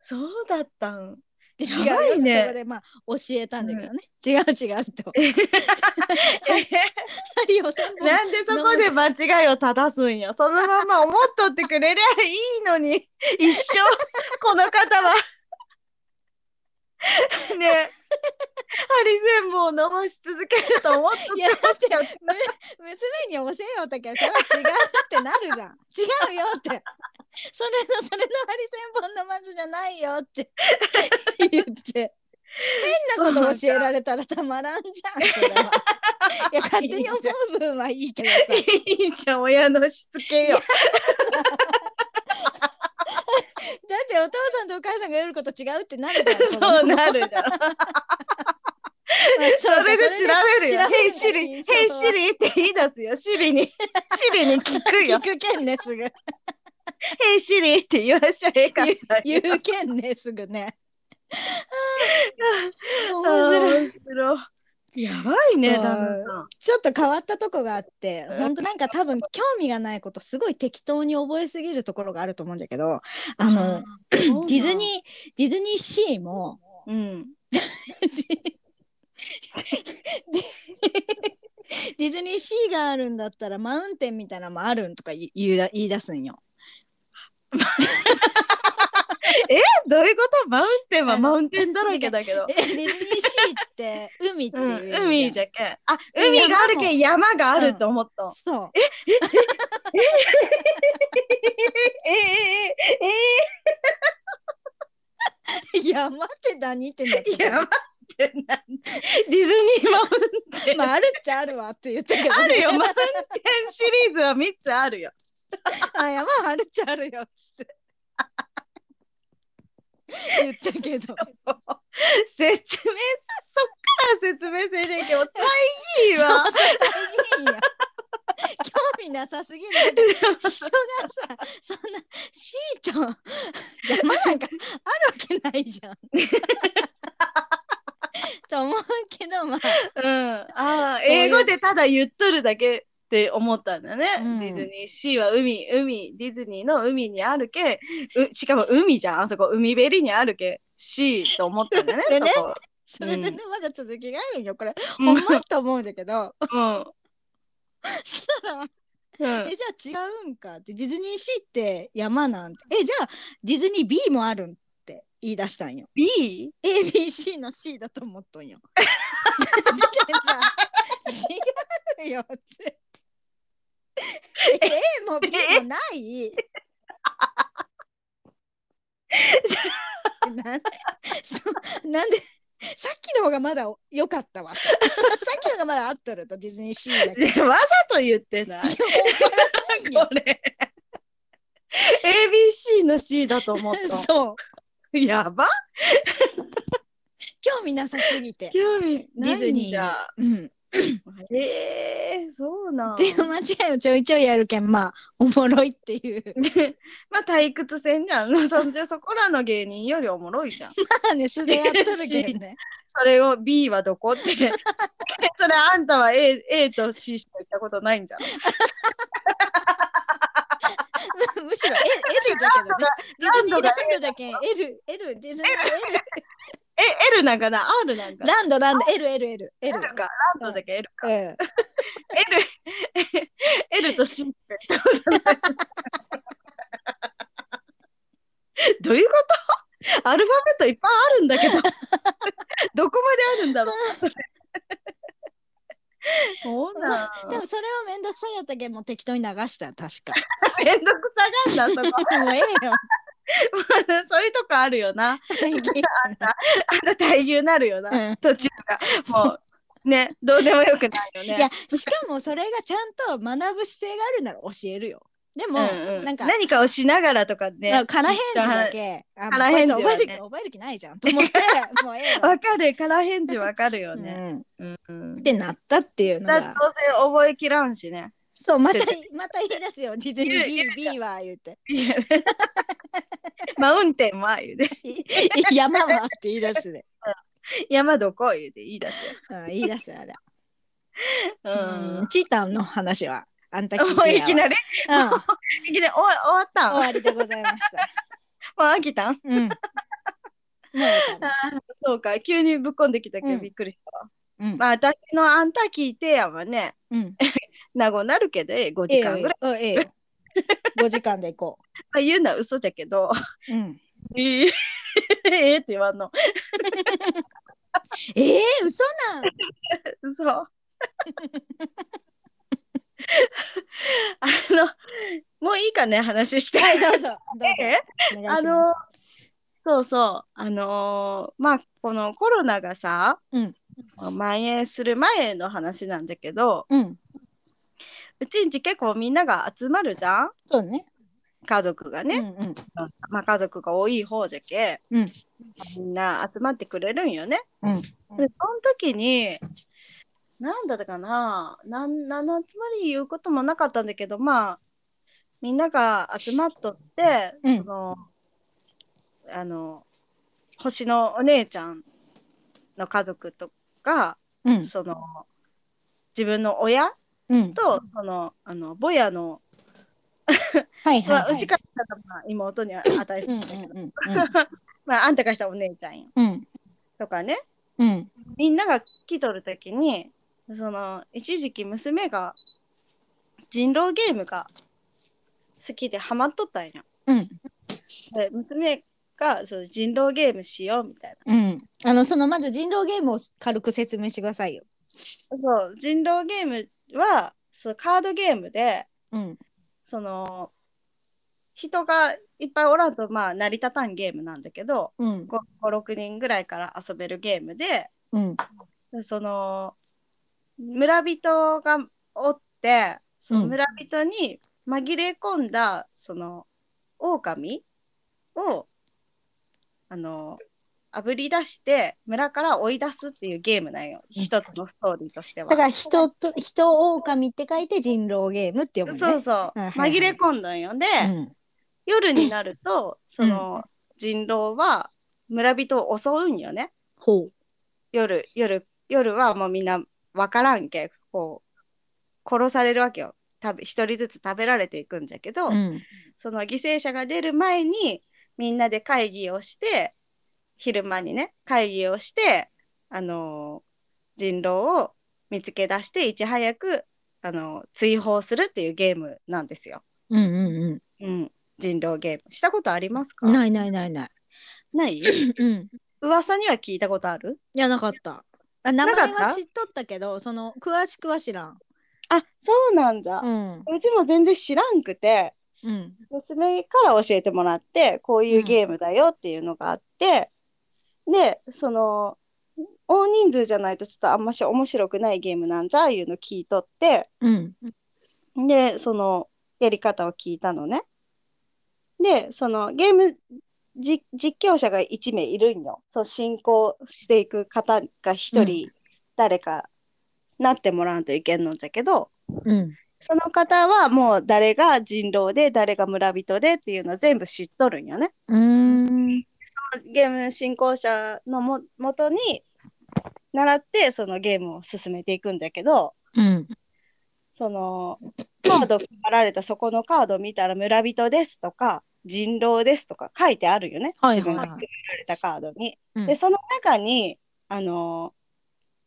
そうだったん。
で違
やば
うよ
いね
そこでまあ教えたんだけどね、違う違うと
えへへへ
針を千本
なんでそこで間違いを正すんよ。そのまま思っとってくれりゃいい のに、一生、この方は。ねえ、ハリセンボンを飲まし続けると思っとって
いやだって
ほしかった
娘に教えようときはそれは違うってなるじゃん 違うよってそれのそれのハリセンボンのまずじゃないよって言って変なこと教えられたらたまらんじゃんそれはいや勝手に思う分はいいけ どさ
いいじゃん、親のしつけよ。
だってお父さんとお母さんがやること違うってなるじゃん それは
そうなるじゃん。
まあ
そ
そうか
れで調べるよ。
それ
ヘ
で
イシリ、ヘイ
調べるんだ
シリって言い出すよ。シリに、シリに聞く
真相
よ
は。聞くけんねすぐ
ヘイシリって言わしちゃええかったよ。
言うけんねすぐ ねあー面
あー
白い
面白い。やばいね、
そう
旦那さん。
ちょっと変わったとこがあって
うん
本当なんか多分興味がないことすごい適当に覚えすぎるところがあると思うんだけどあの
デ
ディズニーディズニーシーも
ー。うん。
ディズニーシーがあるんだったらマウンテンみたいなのもあるんとか言いだ言い出すんよ。
えどういうことマウンテンは
あの
マウンテンだらけだけど
で。ディズニーシーって海って
う、
いうん
海じ
ゃん。
ゃけん。あ、海があるけん山があると思った。
そう。
えええええ
山って何ってなっ
え
てた
山って何ディズニーマウンテン。
まああるっちゃあるわって言ったけど、
あるよ、マウンテンシリーズは3つあるよ。
あ山あるっちゃあるよっつって。言ったけど。
説明、そっから説明せんねんけど、大義は。
そうそう大変や興味なさすぎる。だって人がさ、そんなシート、山なんかあるわけない じゃん。と思うけど、まあ、
うん、ああ
そういう
英語でただ言っとるだけって思ったんだね、
うん
ディズニーシーは海海ディズニーの海にあるけうしかも海じゃんあそこ海べりにあるけシーと思った んだね
でね
そこ
それでね、
うん
まだ続きがあるんよ、これ。
う
ほん
ん
まと思うんだけど、した ら、
うんうん
えじゃあ違うんかってディズニーシーって山なんてえじゃあディズニー B もあるんって言い出したんよ
B?
ABC の C だと思っとん よ違うよってえ A も B もない なんそなんでさっきの方がまだ良かったわ さっきのがまだ合っとるとディズニーシー だけど
でわざと言ってない
いやおかしいよ
これ ABC の C だと思っ
そう
たやば
興味なさすぎて。
興味
デ
な
ィズ
い
ニ
ん
ー
だ
に。うん。っ
えー、そうなん
ていう間違いをちょいちょいやるけん、まあ、おもろいっていう。
でまあ退屈せんじ ゃん。そんじゃそこらの芸人よりおもろいじゃん。そ
まあね、素でやっとるけ んね。
れを B はどこ って。それあんたは A, A と C しか言ったことないんじゃん。
むしろ L, L じゃけ どね。ディズニーランドじゃけん。L、L、ディズニー L。
え、L なんかな ?R なんかな
ランド、ランド、L、L、L。L。
?L か。ランドだけ L か。
うん、え
L、L と C って言ったことない。どういうことアルファベットいっぱいあるん だけど。どこまであるんだろう。そうなん。
でもそれはめんどくさいやったけんもう適当に流した確か
めんどくさがんな、そこ。
もうええよ
そういうとこ あるよな。あ
大変
んた大牛なるよな。
うん
途中が。もう、ね、どうでもよくないよね。
いやしかもそれがちゃんと学ぶ姿勢があるなら教えるよでも、
うんうん
なんか
何かをしながらとかね。
なんか空返事だけあもう
空
こ
返
いつ
事
覚える
はね
気覚える気ないじゃんと思ってもうええわ、
わかる、空返事わかるよね。
うん、っ
うんうん。
てなったっていうの
だ
が
当然覚えきらんしね。
そうまた
絶
また言い出すよディズニ
言
ー
う言
B, B は言って
マウンテンは言うで、
山はって言い出すで、
山どこ言うでいいだし。
うん、言い出すあれ、う
う
ん
ん。
チータンの話はあんた聞い
もう
て
い
や
きなり、
わうん、
いきなり終わ終わったん
終わりでございました
もう飽きたん
うんもうわかる
そうか、急にぶっこんできたけ
う
ど
ん
びっくりしたわ。
うん
まあ、私のあんた聞いてやはね、
うん
名護なるけど、え5
ええ
時
よ
間ぐら
う
い。
んええよ5時間で行こ
まあ、言うのは嘘だけど、
う、うん、
ええええって言わんの。
ええ嘘なん
そう。あの、もういいかね、話して。
はいどうぞどうぞ
え
お願い
あ
しま
の、そうそう、あのーまあ、このコロナがさ、
うん
蔓延する前の話なんだけど、
すうん
うちんち結構みんなが集まるじゃん
そうね
家族がね、
うんうん
まあ、家族が多い方じゃけ、
うん
みんな集まってくれるんよね。
うん
でその時に何だったかななん何の集まり言うこともなかったんだけどまあみんなが集まっとって、
うん
そのあの星のお姉ちゃんの家族とか、
うん
その自分の親
うん
とそのあのボヤの、
はいはい、
まあ
はいう
ちからしたらまあ妹に値して
うん
る
うん
だけど、
うん
まあ、あんたがしたらお姉ちゃんよ
うん
とかね
うん
みんなが来とる時にその一時期娘が人狼ゲームが好きでハマっとったんや。
うん
で娘がその人狼ゲームしようみたい
うんあのそのまず人狼ゲームを軽く説明してくださいよ
な。そう人狼ゲームはそうカードゲームで
うん
その人がいっぱいおらんとまあ成り立たんゲームなんだけど
うん
56人ぐらいから遊べるゲームで
うん
その村人がおってその村人に紛れ込んだその狼をあの炙り出して村から追い出すっていうゲームなんよ一つのストーリーとしては
だか。ら人と人狼って書いて人狼ゲームって読むね
そうそう
はいはい
紛れ込んだんよで、
うん
夜になるとその人狼は村人を襲うんよね。
ほう
夜夜夜はもうみんな分からんけこう殺されるわけよ食べ一人ずつ食べられていくんじゃけど、
うん
その犠牲者が出る前にみんなで会議をして昼間にね会議をして、あのー人狼を見つけ出していち早く、あのー追放するっていうゲームなんですよ。
うんうん
うん、人狼ゲームしたことありますか
うんないないないない
ない
うん
噂には聞いたことある
いやなかった。あ名前
なか
は
った
知っとったけどその詳しくは知らん。
あそうなんだ、
うん
うちも全然知らんくて
うん
娘から教えてもらってこういうゲームだよっていうのがあって、でその大人数じゃないとちょっとあんまし面白くないゲームなんじゃいうの聞いとって
うん
でそのやり方を聞いたのねでそのゲームじ実況者が1名いるんよそう進行していく方が1人、
うん
誰かなってもらわんといけんのじゃけど、
うん
その方はもう誰が人狼で誰が村人でっていうのは全部知っとるんよね。
うん
ゲーム進行者のももとに習ってそのゲームを進めていくんだけど
うん
そのカード配られたそこのカード見たら村人ですとか人狼ですとか書いてあるよね。
はい
自
はい
分が
はい
配られたカードに。
うん
でその中にあの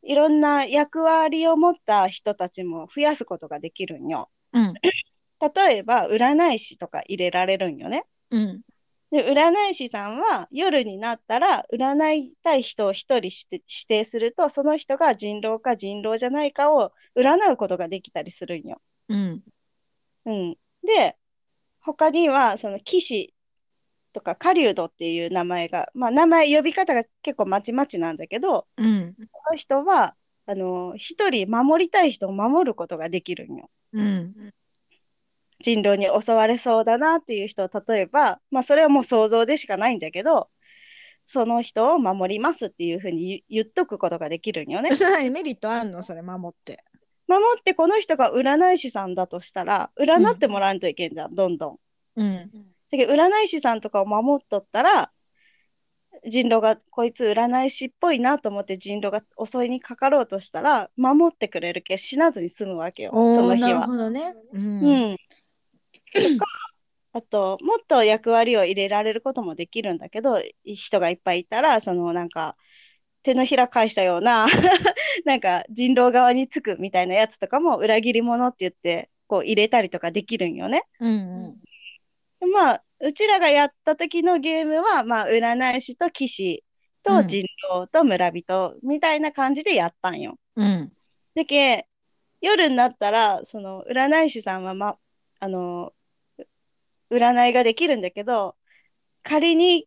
いろんな役割を持った人たちも増やすことができるんよ。
うん
例えば占い師とか入れられるんよね。
うん
で占い師さんは夜になったら占いたい人を一人して指定するとその人が人狼か人狼じゃないかを占うことができたりするんよ。
うん
うん、で他にはその騎士とか狩人っていう名前が、まあ、名前呼び方が結構まちまちなんだけど
うん
この人はあの、一人守りたい人を守ることができるんよ。
うん。。
人狼に襲われそうだなっていう人を例えば、まあ、それはもう想像でしかないんだけどその人を守りますっていうふうに言言っとくことができるんよね
それメリットあんのそれ守って。
守ってこの人が占い師さんだとしたら占ってもらわんといけんじゃん、どんどん。
うん。
だけど占い師さんとかを守っとったら人狼がこいつ占い師っぽいなと思って人狼が襲いにかかろうとしたら守ってくれるけ死なずに済むわけよその
お
日
なる
は。
ほどね。うん
うん。とかあと、もっと役割を入れられることもできるんだけど、い人がいっぱいいたら、そのなんか、手のひら返したような、 なんか人狼側につくみたいなやつとかも裏切り者って言って、こう入れたりとかできるんよね。
うん
でまあ、うちらがやった時のゲームは、まあ、占い師と騎士
う
と
ん
人狼と村人みたいな感じでやったんよ。
うん。うん。
だけ夜になったらその占い師さんは、ま、あのう占いができるんだけど仮に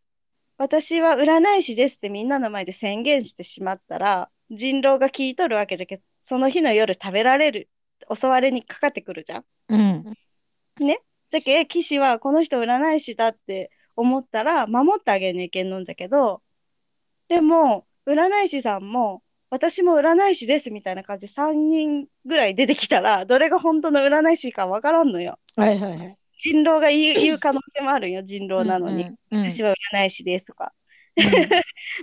私は占い師ですってみんなの前で宣言してしまったら人狼が聞いとるわけだけどその日の夜食べられる襲われにかかってくるじゃん。
うん。
じゃけ騎士はこの人占い師だって思ったら守ってあげねえけんのんだけどでも占い師さんも私も占い師ですみたいな感じで3人ぐらい出てきたらどれが本当の占い師かわからんのよ。
はいはいはい。
人狼が 言う言う可能性もあるんよ人狼なのに、
うん。うん
私は占い師ですとか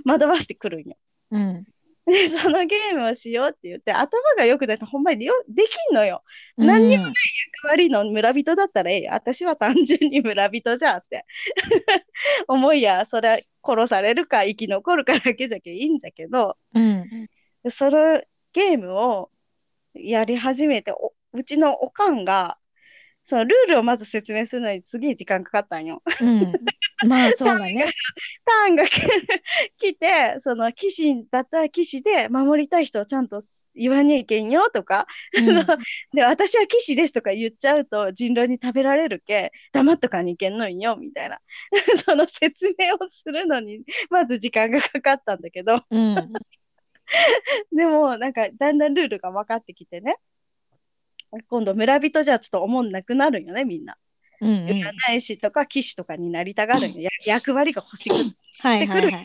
惑わしてくるんよ。
うん。
でそのゲームをしようって言って頭が良くないとほんまによできんのよ。
うん
何にも悪いの村人だったらええよ私は単純に村人じゃって 思いやそれは殺されるか生き残るかだけじゃけいいんだけど
うん。
そのゲームをやり始めておうちのおかんがそのルールをまず説明するのにすげえ時間かかったんよ。
うん。まあそうだね。
ターンが来てその騎士だったら騎士で守りたい人をちゃんと言わねえけんよとか
うん
で、私は騎士ですとか言っちゃうと人狼に食べられるけ、黙っとかにいけんのんよ、みたいな。 その説明をするのに、まず時間がかかったんだけど、
うん。
でも、なんか、だんだんルールが分かってきてね。今度、村人じゃちょっと思んなくなるんよね、みんな。
うんうん。
占い師とか騎士とかになりたがるんよ。や 役割が欲しくなる
はいはいは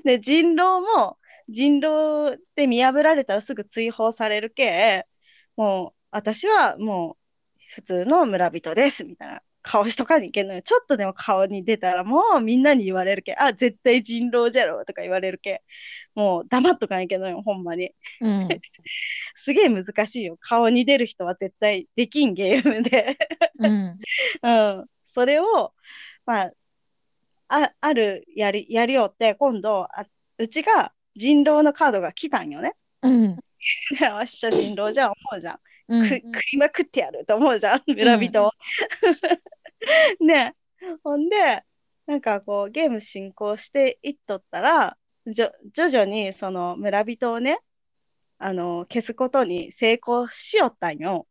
い。
で、人狼も、人狼で見破られたらすぐ追放されるけ、もう、私はもう、普通の村人です、みたいな顔しとかにいけんのよ。ちょっとでも顔に出たら、もうみんなに言われるけ、あ、絶対人狼じゃろ、とか言われるけ、もう黙っとかにいけんのよ、ほんまに。
うん。
すげえ難しいよ。顔に出る人は絶対できんゲームで。
うん。
うん、それを、まあ、あ、あるやり、やりよって、今度、あ、うちが人狼のカードが来たんよね。
うん。
でよっしゃ、人狼じゃん、思うじゃん。
う
く、
ん
食いまくってやると思うじゃん、村人を。 ねえほんで、なんかこう、ゲーム進行していっとったら、じょ、徐々にその村人をね、あの、消すことに成功しよったんよ。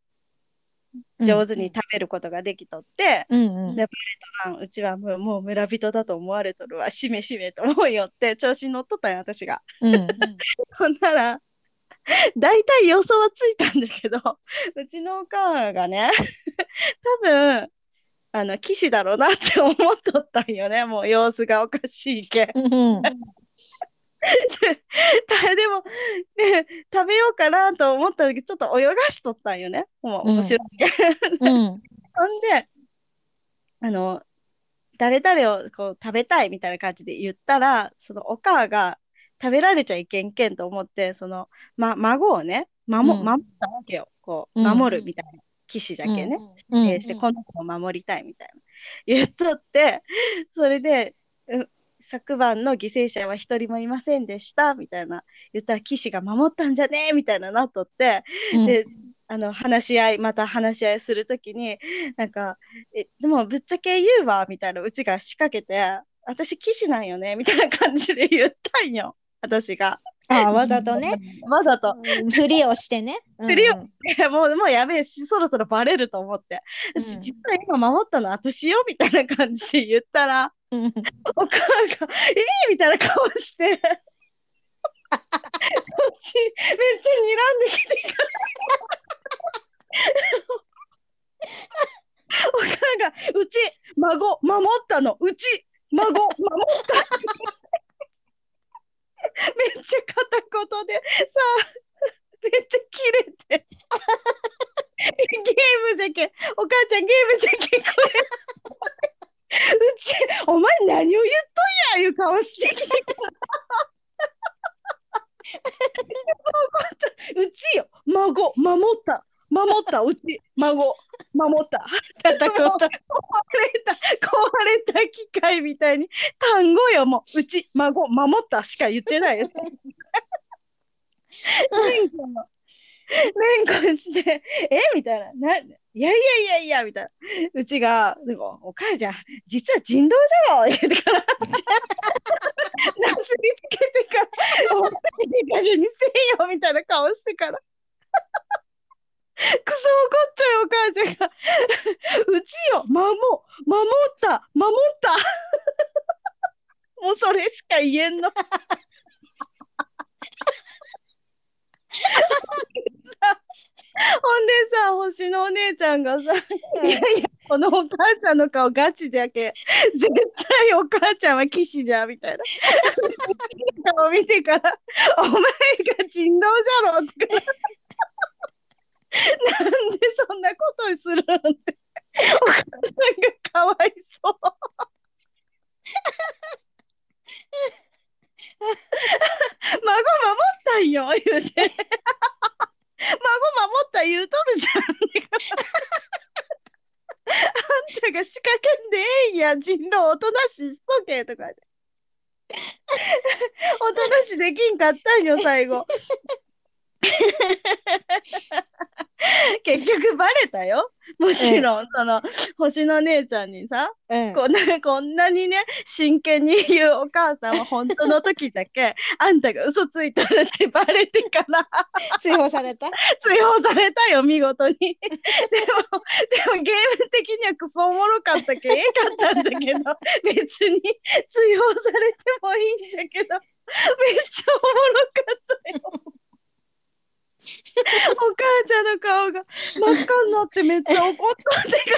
上手に食べることができとって、
うんうん。
あうちはもうもう村人だと思われとるわ、しめしめと思いよって、調子に乗っとったんよ、私が。
うん。
ほんなら、大体予想はついたんだけど、 うちのお母がね、 多分あの騎士だろうなって思っとったんよね、もう様子がおかしい け。
うん。
たでも、ね、食べようかなと思った時ちょっと泳がしとったんよね、もう面白いけ。
うん。
ほんで、あの、誰々をこう食べたいみたいな感じで言ったら、そのお母が食べられちゃいけんけんと思って、その、ま、孫をね、守、
うん
守ったわけよ。こう、
うん
守るみたいな騎士だけね。
うん
えーして、この子を守りたいみたいな。言っとって、それで、う昨晩の犠牲者は一人もいませんでした、みたいな。言ったら騎士が守ったんじゃねえみたいななっとって、で、あの話し合いまた話し合いするときになんかえ「でもぶっちゃけ言うわ」みたいなうちが仕掛けて「私騎士なんよね」みたいな感じで言ったんよ私が
あわざとね。
わざと
ふりをしてね。
ふりをえもうもうやべえしそろそろバレると思って、
うん
実は今守ったの私よみたいな感じで言ったら
うんうん。
お母が「ええみたいな顔してちめっちゃ睨んできてから。お母がうち孫守ったのうち孫守った。めっちゃ片言でさめっちゃキレて。ゲームじゃけんお母ちゃんゲームじゃけんこれ。うちお前何を言っとんやいう顔してきて うちよ、孫、守った。守った、うち、孫、守った。
片言
壊れた、壊れた機械みたいに、単語よ、もう、うち、孫、守ったしか言ってないよ。連呼の連呼して、えみたいな。な、いやいやいやいや、みたいな。うちが、でもお母ちゃん、実は人道じゃろ言ってから。なすりつけてから、お前いい加減にせえよ、みたいな顔してから。 クソ怒っちゃうよお母ちゃんが。うちよ、守、守った、守った。もうそれしか言えんの。 ほんでさ、星のお姉ちゃんがさ、いやいや、このお母ちゃんの顔ガチじゃけん、絶対お母ちゃんは騎士じゃ、みたいな。 顔見てから、お前が人道じゃろって。 なんでそんなことにするのって。お母さんがかわいそう。孫守ったんよ、言うて。孫守った言うとるじゃん。あんたが仕掛けんでええんや、人狼おとなしいしとけとかで。おとなしできんかったんよ、最後。結局バレたよ。もちろん、その、星の姉ちゃんにさ、
うん
こんなこんなにね真剣に言うお母さんは本当の時だけ あんたが嘘ついたらってバレてから
追放された
追放されたよ見事に でもでもゲーム的にはクソおもろかったけええかったんだけど 別に追放されてもいいんだけどめっ ちゃおもろかったよ お母ちゃんの顔が真っ赤になってめっちゃ怒ったんだけど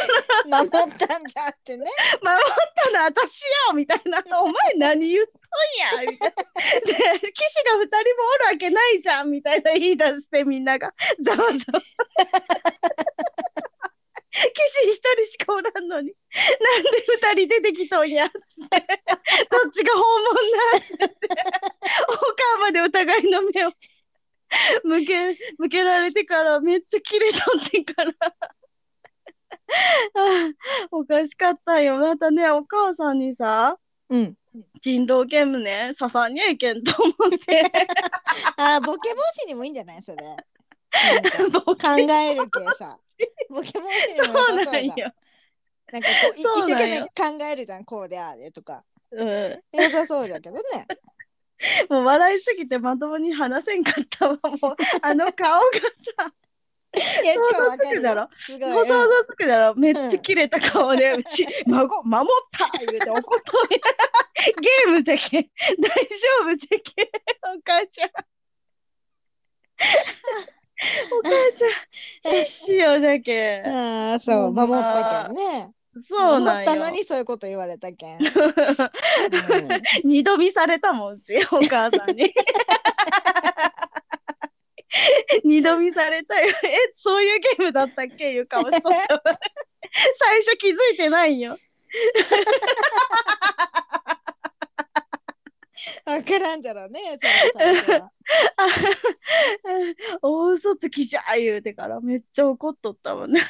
守ったんじゃってね
守ったの私よみたいな「お前何言っとんや」みたいなで「騎士が2人もおるわけないじゃん」みたいな言い出してみんながざわざわ騎士一人しかおらんのになんで2人出てきとんやってどっちが訪問なってお母までお互いの目を向け向けられてからめっちゃキレとってから。ああおかしかったよ。またね、お母さんにさ、
うん
人狼ゲームね、刺さんにゃいけんと思 って、
あボケ防止にもいいんじゃないそれなんか
僕
考えるけさボケ防止にも良さ
そ
そうだ
うなんよ。
なんかこうい
そう
一生
な
懸
ん
命
よ
考えるじゃんこうでああでとか
うん、
良さそうだけ どね
もう笑いすぎてまともに話せんかったわ。もう、あの顔が、
いや超わ
想像
か
つ
る
くだ
よ
ろ
すごい、
想
うん
像つくだろ。めっちゃキレた顔で、うち、孫、守った言うて怒っとんや。ゲームじゃけん。大丈夫じゃけん。お母 ちゃん。お母ち ゃん、必死よじゃけん。
ああそう
まあ
守ったけんね
そう
守
な
っ
ん
たの
よ。
にそういうこと言われた けん、うん、
二度見されたもん、うち、お母さんに。二度見されたよ。え、そういうゲームだったっけいう顔しとったわ。最初気づいてないよ。
分からんじゃろうねその最初 は
あ大嘘つきじゃ言うてからめっちゃ怒っとったもんね。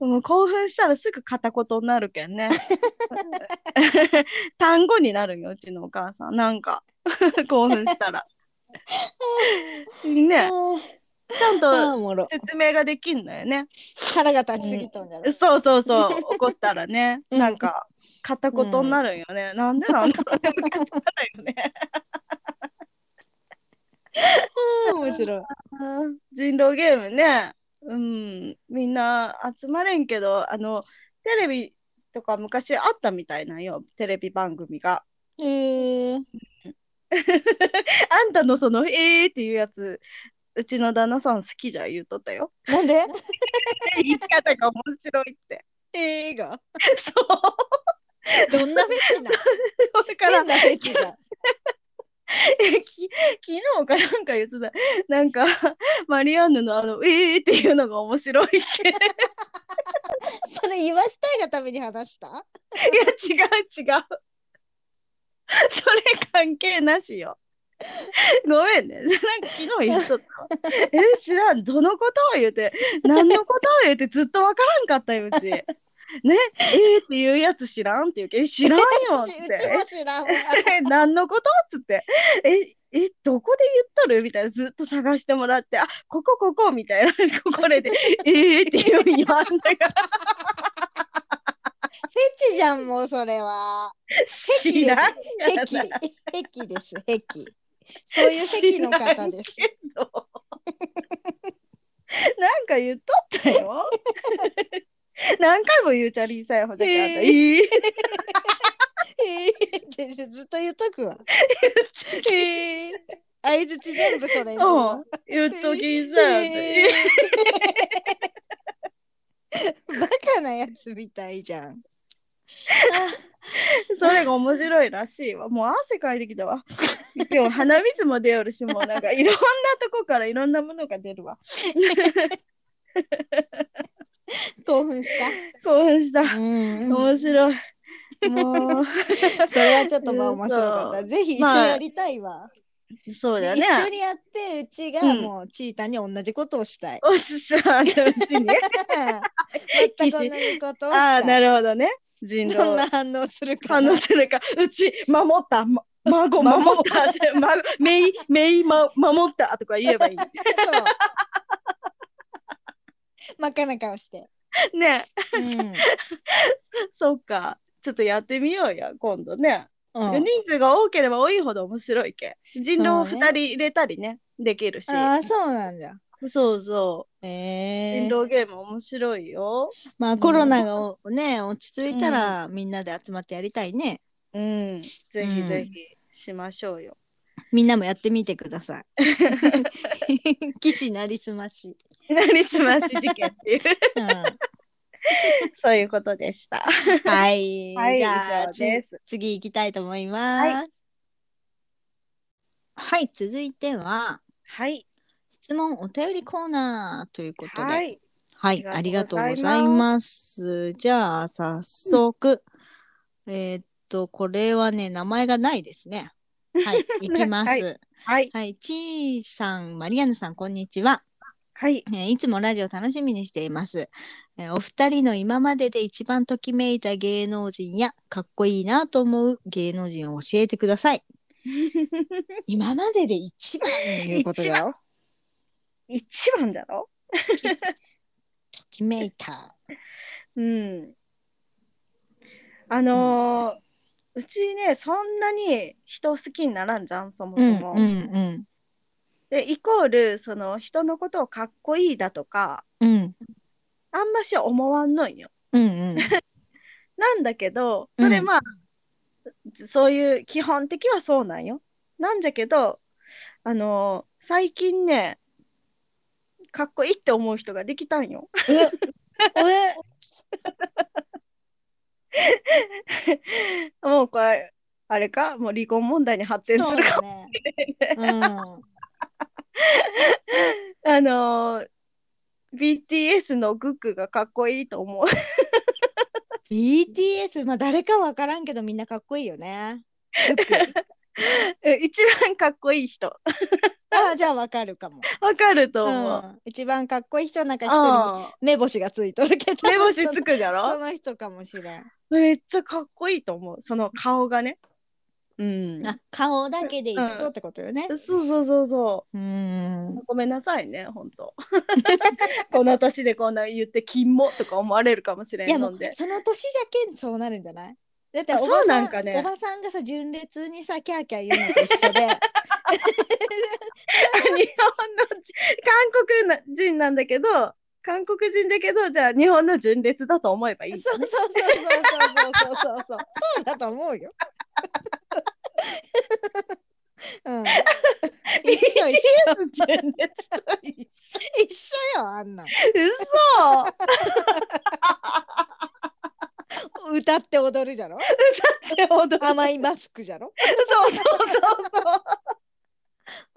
もう興奮したらすぐ片言になるけんね。単語になるよ、うちのお母さん。なんか、興奮したら。ね、ち
あ
ゃんと
ーおもろ
説明ができんのよね。
腹が立ちすぎとんじゃろ、
そうそうそう、怒ったらね、
うん
なんか片言になるんよね。なんでなんだろうね。ムカつかないよね。
うん、面白い
人狼ゲームね、うん、みんな集まれんけど、あの、テレビとか昔あったみたいなんよ、テレビ番組が。
えー、
あんたのその、えーっていうやつ、うちの旦那さん好きじゃ言うとったよ。
なんで
言い方が面白いって。
映画
そう。
どんなフェチな
だから、
変なフェチが。
え き昨日かなんか言ってたなんか マリアンヌのあの「えー」っていうのが面白いって い
それ言わしたいがために話した
や違う違うそれ関係なしよごめんねなんか昨日言っとったわえ知らんどのことを言うて何のことを言うてずっとわからんかったようちねえー、っていうやつ知らんって言うけど知らんよっ
う
て
ちも知らんわ。
え何のことっつってええどこで言っとるみたいなずっと探してもらってあここここみたいなここれでええっていうふうに言わん だが
フェチじゃん、もうそれは。癖です
知らん
壁
やな
壁です、壁。そういう壁の方 です。
けどなんか言っとったよ何回も言うちゃりーさいほどきあんた
えー
いい
えーってずっと言っとくわ。えー相づち全部それ。
うん言っときさ、
え
え
ー バカなやつみたいじゃん。
ーそれが面白いらしいわもう汗かいてきたわ今日鼻水も出よるしもうなんかいろんなとこからいろんなものが出るわ
興奮した。
興奮した
うん、
面白い。も
それはちょっとまあ面白かった。
そう
ぜひ一緒にやりたいわ。
う、そうだ
で一緒
ね。
にやってうちがもうチーターに同じことを したい。
おすすあのうちに。
全く同じことをし
ああ、
た。
ないるほどね。人
どん
狼
な。反応するか
あ
な。
の、それか、うち、守った、ま、孫、
孫
守ったって、ま、めい、めい、ま、守ったとか言えばいい。
そう。真っ赤な顔して。
ね、
う
そっか。ちょっとやってみようや、今度ね。
ん。うん
人数が多ければ多いほど面白いけ。人狼を
そうね
二人入れたりね、できるし。
ああ、そうなんだ。
そうそ
え
う。
え
人狼ゲーム面白いよ。
まあコロナがおね落ち着いたらみんなで集まってやりたいね。
うん。ぜひぜひ、しましょうよ。
みんなもやってみてくださ い。 騎士なりすまし。
なりすまし事件っていう
うん、
そういうことでした。
はい。
はい
じゃあ
以上です
つ次行きたいと思います。はい、続いては
はい。
質問お便りコーナーということで。はい、
い。
あ
あ
り
り
が
が
と
と
う
う
ご
ご
ざ
ざ
い
い
ます。じゃあ早速、えーっとこれはね名前がないですね。はい、行きます。
はいはい。
はい、ちーさん、マリアンヌさん、こんにちは、
はい。
えーいつもラジオ楽しみにしています、えーお二人の今までで一番ときめいた芸能人や、かっこいいなと思う芸能人を教えてくだ さい。今までで一番いうことだよ。
一番だろ
ときめいた。
うん。あのーうちね、そんなに人を好きにならんじゃん、そも
う
そ
ん、
も。
うん、うん。
で、イコール、その人のことをかっこいいだとか、
うん、
あんまし思わんのんよ。
うん、 うん。
なんだけど、
うん
それまあ、そういう基本的はそうなんよ。なんじゃけど、あのー最近ね、かっこいいって思う人ができたんよ。
え、
もうこれ、あれか、もう離婚問題に発展す
そう
る
だ
か。
ね。うん。
あのー BTS のグックがかっこいいと思う。
BTS、まあ誰かわからんけどみんなかっこいいよ ね。グック
え一番かっこいい人。
ああ、じゃあわかるかも。
わかると
う
思う。
ん、一番かっこいい人はなんか一人
ああ
目星がついとるけど
目星つくじゃ
そのそ
ろ
の人かもしれん
めっちゃかっこいいと思う。その顔がね。うん。
あ顔だけでいくとってことよね
そうそうそうそう。
うん
ごめんなさいね、本当。この年でこんな言って、金もとか思われるかもしれ
いや
ん
も
の
う
で。
その年じゃけんそうなるんじゃないだって
あ
おば
そう
さ
なんんかね
おばさんがさ純烈にさキャーキャー言うのと一緒 で
日本の韓国人なんだけど、韓国人だけど、じゃあ日本の純烈だと思えばいい
そう
のね。
そうそうそうそうそうそうそうそうそうだと思うよ うん、一緒一緒
全然一
一緒よあんなん
緒。嘘
歌って踊るじゃろ
って踊る。
甘いマスクじゃろ
そうそうそうそ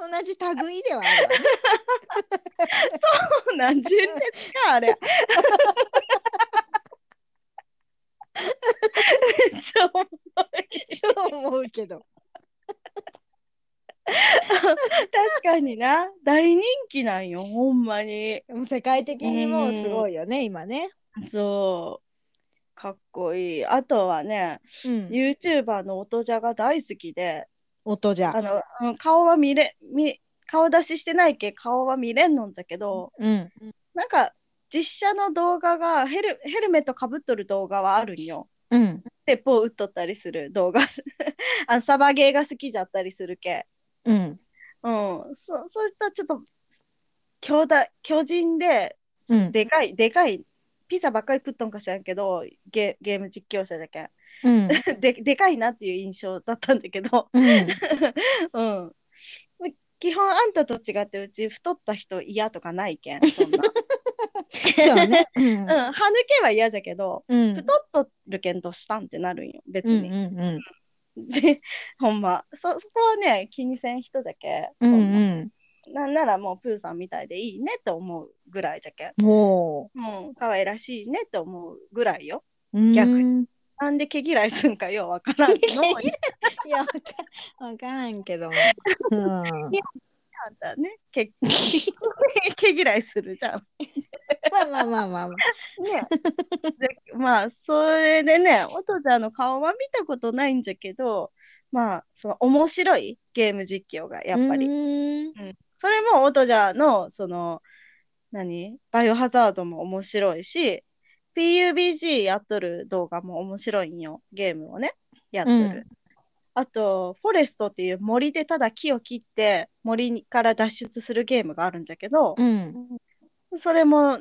う。
同じ類ではあるわね
何十年かあれ。 めっちゃおもろい
と思うけど
確かにな大人気なんよほんまに
もう世界的にもうすごいよね今ね
そうかっこいいあとはね、
うん
YouTuber の音じゃが大好きで
音じゃ
あの、うん顔は見れ見顔出ししてないけ顔は見れんのんだけど、
うん
なんか実写の動画がヘルヘルメットかぶっとる動画はあるんよ
うん
鉄砲撃っとったりする動画 あのサバゲーが好きじゃったりするけ
うん
うんそそういったちょっと巨大巨人で
うん
でかいでかいピザばっかり食っとんか知らんけどゲゲーム実況者だけん
うん
ででかいなっていう印象だったんだけど
うん
うん基本あんたと違ってうち太った人嫌とかないけん そんな、
そうねう
うんん、歯抜けは嫌じゃけど
うん
太っとるけんどしたんってなるんよ別
うんう
に、
ん
で ほんまそそこはね気にせん人じゃけ、
うんう
ほんま
ん
なんならもうプーさんみたいでいいねって思うぐらいじゃけ
うんも
もうん可愛らしいねって思うぐらいよ
う
逆に
うん
なんで毛嫌いすんかよう わからんの
いやわかわからんけどもうん
あんたね毛 毛嫌いするじゃん
まあまあまあまあまあ
ねでまあそれでね音ちゃんの顔は見たことないんじゃけどまあその面白いゲーム実況 がやっぱり
り
それもオトジャのその何バイオハザードも面白いし PUBG やっとる動画も面白いんよゲームをねやっとる、
うん
あとフォレストっていう森でただ木を切って森にから脱出するゲームがあるんだけど、
うん
それも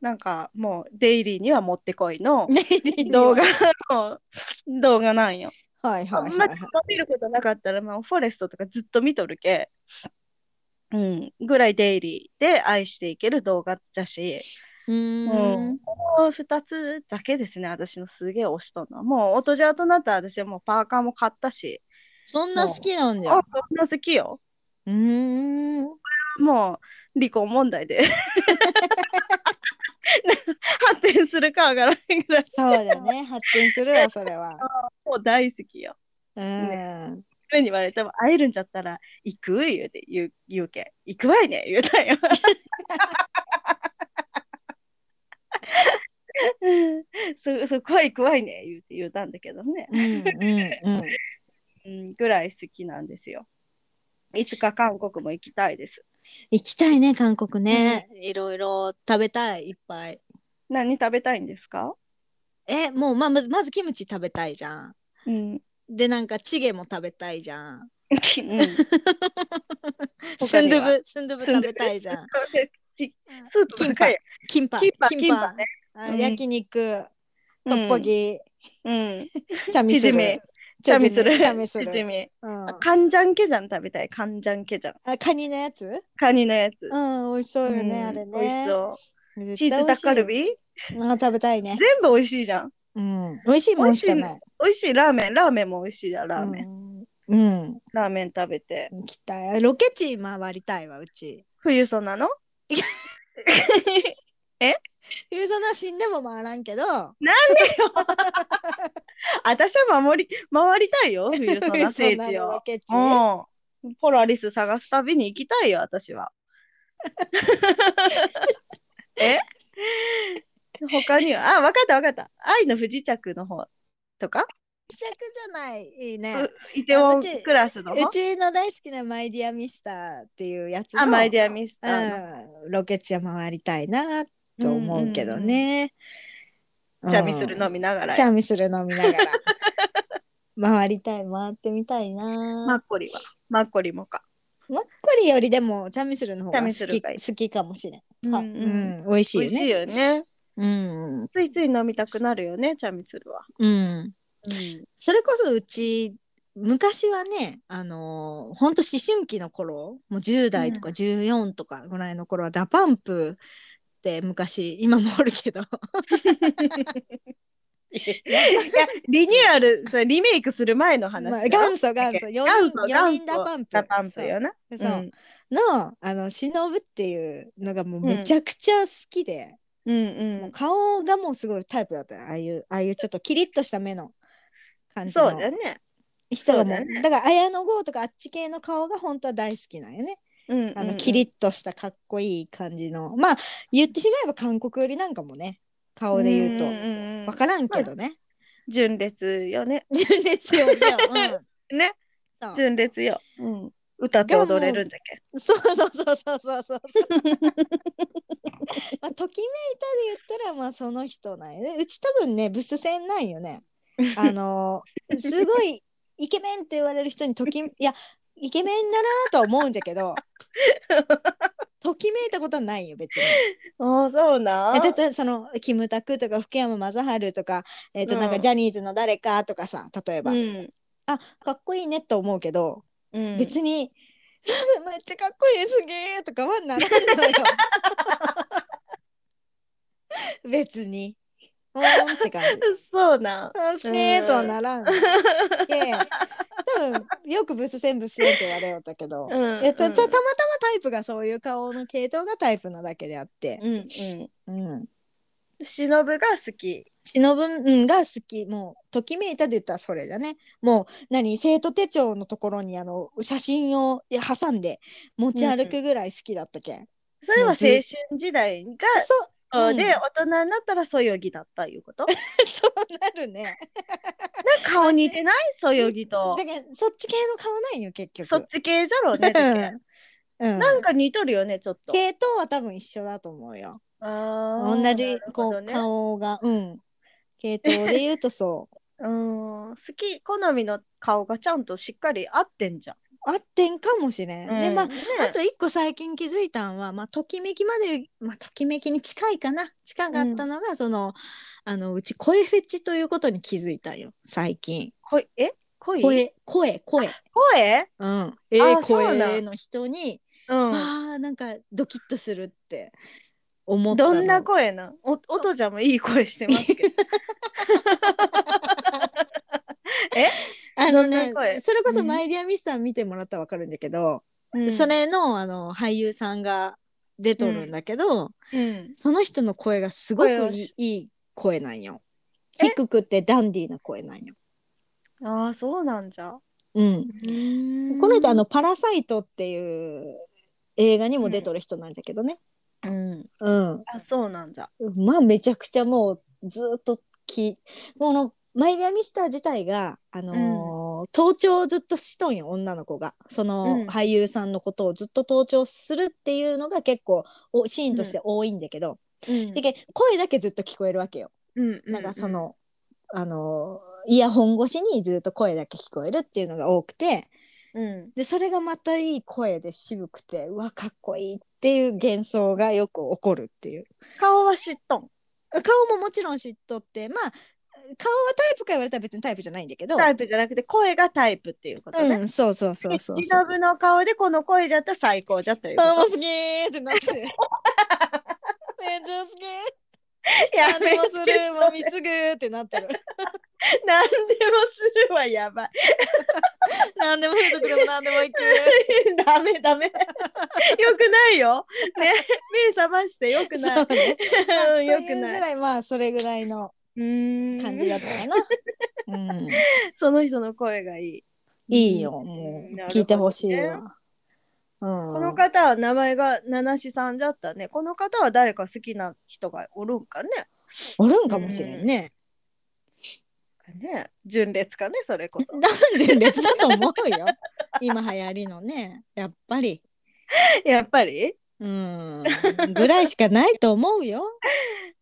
なんかもうデイリーにはもってこいの 動
動
画
画
の動画なんよ、
はいはい
ま
は
あ
いは
ま
い
見ることなかったら、まあ、フォレストとかずっと見とるけ、うん、ぐらいデイリーで愛していける動画だし、
う
うんこの2つだけですね、私のすげえ推しとんのは。もう、オトジャーとなったら私はもうパーカーも買ったし、
そんな好きなんじゃ
あ
ん。
そんな好きよ。
うーん。
もう、離婚問 題で。発展するか上がらへんぐらい、
そうだね。発展するわ、それは。
もう大好きよ。
うん。
そうに言われても、会えるんじゃったら、行く言うて言う言うけ。行くわいね言うたんよ。 そそこは行くわいね言うて言うたんだけどね、
うんうんうん。
うん、ぐらい好きなんですよ。いつか韓国も行きたいです。
行きたいね、韓国ね。いろいろ食べたい、いっぱい。
何食べたいんですか、
え、もうまあまずまずキムチ食べたいじゃん。
うん
で、なんかチゲも食べたいじゃん。
きうん、
スンドゥブ、スンドゥブ食べたいじゃん。
ちスープ高い
キンパ、
キンパ
キンパ
キンパね、
あ
うん
焼肉、トッポギ、
うん、うん、
チャミス
チヂミ
ル、
チャミする
チャミス
チヂ
ル。
ミ
うん
あカンジャンケジャン食べたいカンジャンケジャン
あ、カニのやつ
カニのやつ、
うん、美味しそうよね、
うん
あれ
美味し
ね。
そ
絶
うチー
対
ズ
美
タ
味しい
ッカルビ
あ食べたいね。
全部美味しいじゃん
うん。美味しいもんしかない。
美味しいラーメンラーメンも美味しいじゃんラーメン、
うん。
ラーメン食べて
うん。行きたい。ロケ地回りたいわ、うち。
冬そんなの
ユーザナ死んでも回らんけど、
私は守り回りたいよ冬そんな 聖
冬
地
のロ
を
ケ地。
うんポラリス探す旅に行きたいよ 私はえ他にはあ分かった分かった愛の不時着の方とか
くちゃくじゃない。いいね。
う
う
イテウォ
うち
ンクラスの方
ちの大好きなマイディアミスターっていうやつの
あマイディアミスターの
うん、ロケ地を回りたいなと思うけど
んんん
ね。
チャミする
うん
飲みながら
チャミする飲みなが ら。回りたい、回ってみたいな。
マッコリはマッコリもか
マッコリよりでもチャミスルの方が
チャミ
好
ス
き
ルがいい
好きかもしれん。
うん
は
う
うんん、美味しい
美
よ
味しい
ね。
よね
うん、
ついつい飲みたくなるよねチャミするは
うん、
うん
それこそうち昔はね、あのー、ほんと思春期の頃、もう10代とか
う
14とかぐらいの頃は、ダパンプって昔、今もおるけど、
いやリニューアルそれリメイクする前の 話だ
まあ、
ろ、
元祖元祖、4人
元祖
四人ダパンプ。
ダパンプよな。
そうそう
うん
の、あの、忍っていうのがもうめちゃくちゃ好きで、
うん
も
う
う顔がもうすごいタイプだったよああいう、ああいうちょっとキリッとした目の感
ん。
じの。
そうだよね。
人がもう
そうだね
だから綾野剛とかあっち系の顔が本当は大好きなんよね。
うんうん
あのキリッとしたかっこいい感じの、まあ言ってしまえば韓国よりなんかもね顔で言うと、
んんうん
分からんけどね
純烈よね。
純烈よりは、うん、
ね
そう
純烈よ。うん。歌って踊れるんだっけ。
そうそうそうそうそうそうまあときめいたで言ったらまあその人なんよねうち多分ねブス戦ないよねあのすごいイケメンって言われる人にときいやイケメンだなとは思うんじゃけ どときめいたことはないよ別に。
ああ、そうな
え
ん。
だってそのキムタクとか福山雅治とか,、えーと
うん
なんかジャニーズの誰かとかさ例えば、
うん。
あかっこいいねと思うけど、
うん、
別に「めっちゃかっこいいすげえ」とかはならんの よ。別に。うーんって感じ。
そうなん。
うんすげえとはならん。で多分よくブス戦ブス戦って言われよったけど、
うん
いやたたた
う
ま
ん
たまタイプがそういう顔の系統がタイプなだけであって。
うんうん。
うん
忍が好き。
忍うんが好きもうときめいたで言ったらそれだねもう何生徒手帳のところにあの写真をいや挟んで持ち歩くぐらい好きだったけん、
それ
も
は青
うず
春時代が
そ
そうで、
うん
大人になったらそよぎだったい うことなんか
そうなるね
顔似てないそよ ぎと
だ。けどそっち系の顔ないよ結局
そっち系じゃろうね。だって
うん、うん
なんか似とるよね、ちょっと。
系統は多分一緒だと思うよ
あ
同
ー
じこう、
なるほ
顔がうん系統で言うとそう
どね、うん好き好みの顔がちゃんとしっかり合ってんじゃん。
合ってんかもしれん、で
うん
まあ
ね
あと一個最近気づいたんは、まあ、ときめきまで、まあ、ときめきに近いかな近かったのが、そのあのうち声フェチということに気づいたよ最近
こえ声声
声声声うんええ
あそうなん
声の人に、
う
あーなんかドキッとするって思
ん。
ったの
どんな声なんお音ちゃんもいい声してますけど。
あの
どん
ね
な声
それこ
う
そ
ん
マイディアミスさん見てもらったらわかるんだけど、
うん
そ、れのあの俳優さんが出とるんだけど、
うん、
その人の声がすごく
声を
いいいい声なんよ。低くてダンディーな声なんよ。
ああそうなんじゃ。
うん。この人あの、「パラサイト」っていう映画にも出とる人なんじゃけどね。
うん、
うん。
あそうなんじゃ。
まあめちゃくちゃもうずーっときこのマイデアミスター自体があのー盗聴をずっとしとんよ女の子がそ
うん
の俳優さんのことをずっと盗聴するっていうのが結構おシーンとして多いんだけど、
うん
でけ声だけずっと聞こえるわけよ。
うん
なんかそ、の、あのイヤホン越しにずっと声だけ聞こえるっていうのが多くて
うんうん
でそれがまたいい声で渋くてうわかっこいいっていう幻想がよく起こるっていう
顔は知っとん。
顔ももちろん知っとってまあ顔はタイプか言われたら別にタイプじゃないんだけど
タイプじゃなくて声がタイプっていうことね。
うんそうそうそうそうそう
忍ぶの顔でこの声じゃったら最高じゃったよ。
あもうすげえってなって めっちゃすげえ
や
何
め
で
て
もするもう貢ぐってなってる
何でもするはやばい。
何でも風俗でも何でも行く
ダメダメ。 よくないよ。ね、目覚ましてよくない。
そうねまあ
うんよ
とい
く
うぐ
ない。
らいまあそれぐらいの
うーん
感じだった かな。うん、
その人の声がいい。
いいよも
なるほど
う
ね
聞いてほしいわ。う
この
ん、
方は名前が七七さんじゃったね。この方は誰か好きな人がおるんかね。
おるんかもしれんね。
ね、純烈かね、それこ そ。
男女別だと思うよ。今流行りのね、やっぱり。
やっぱり。
うん、ぐらいしかないと思うよ。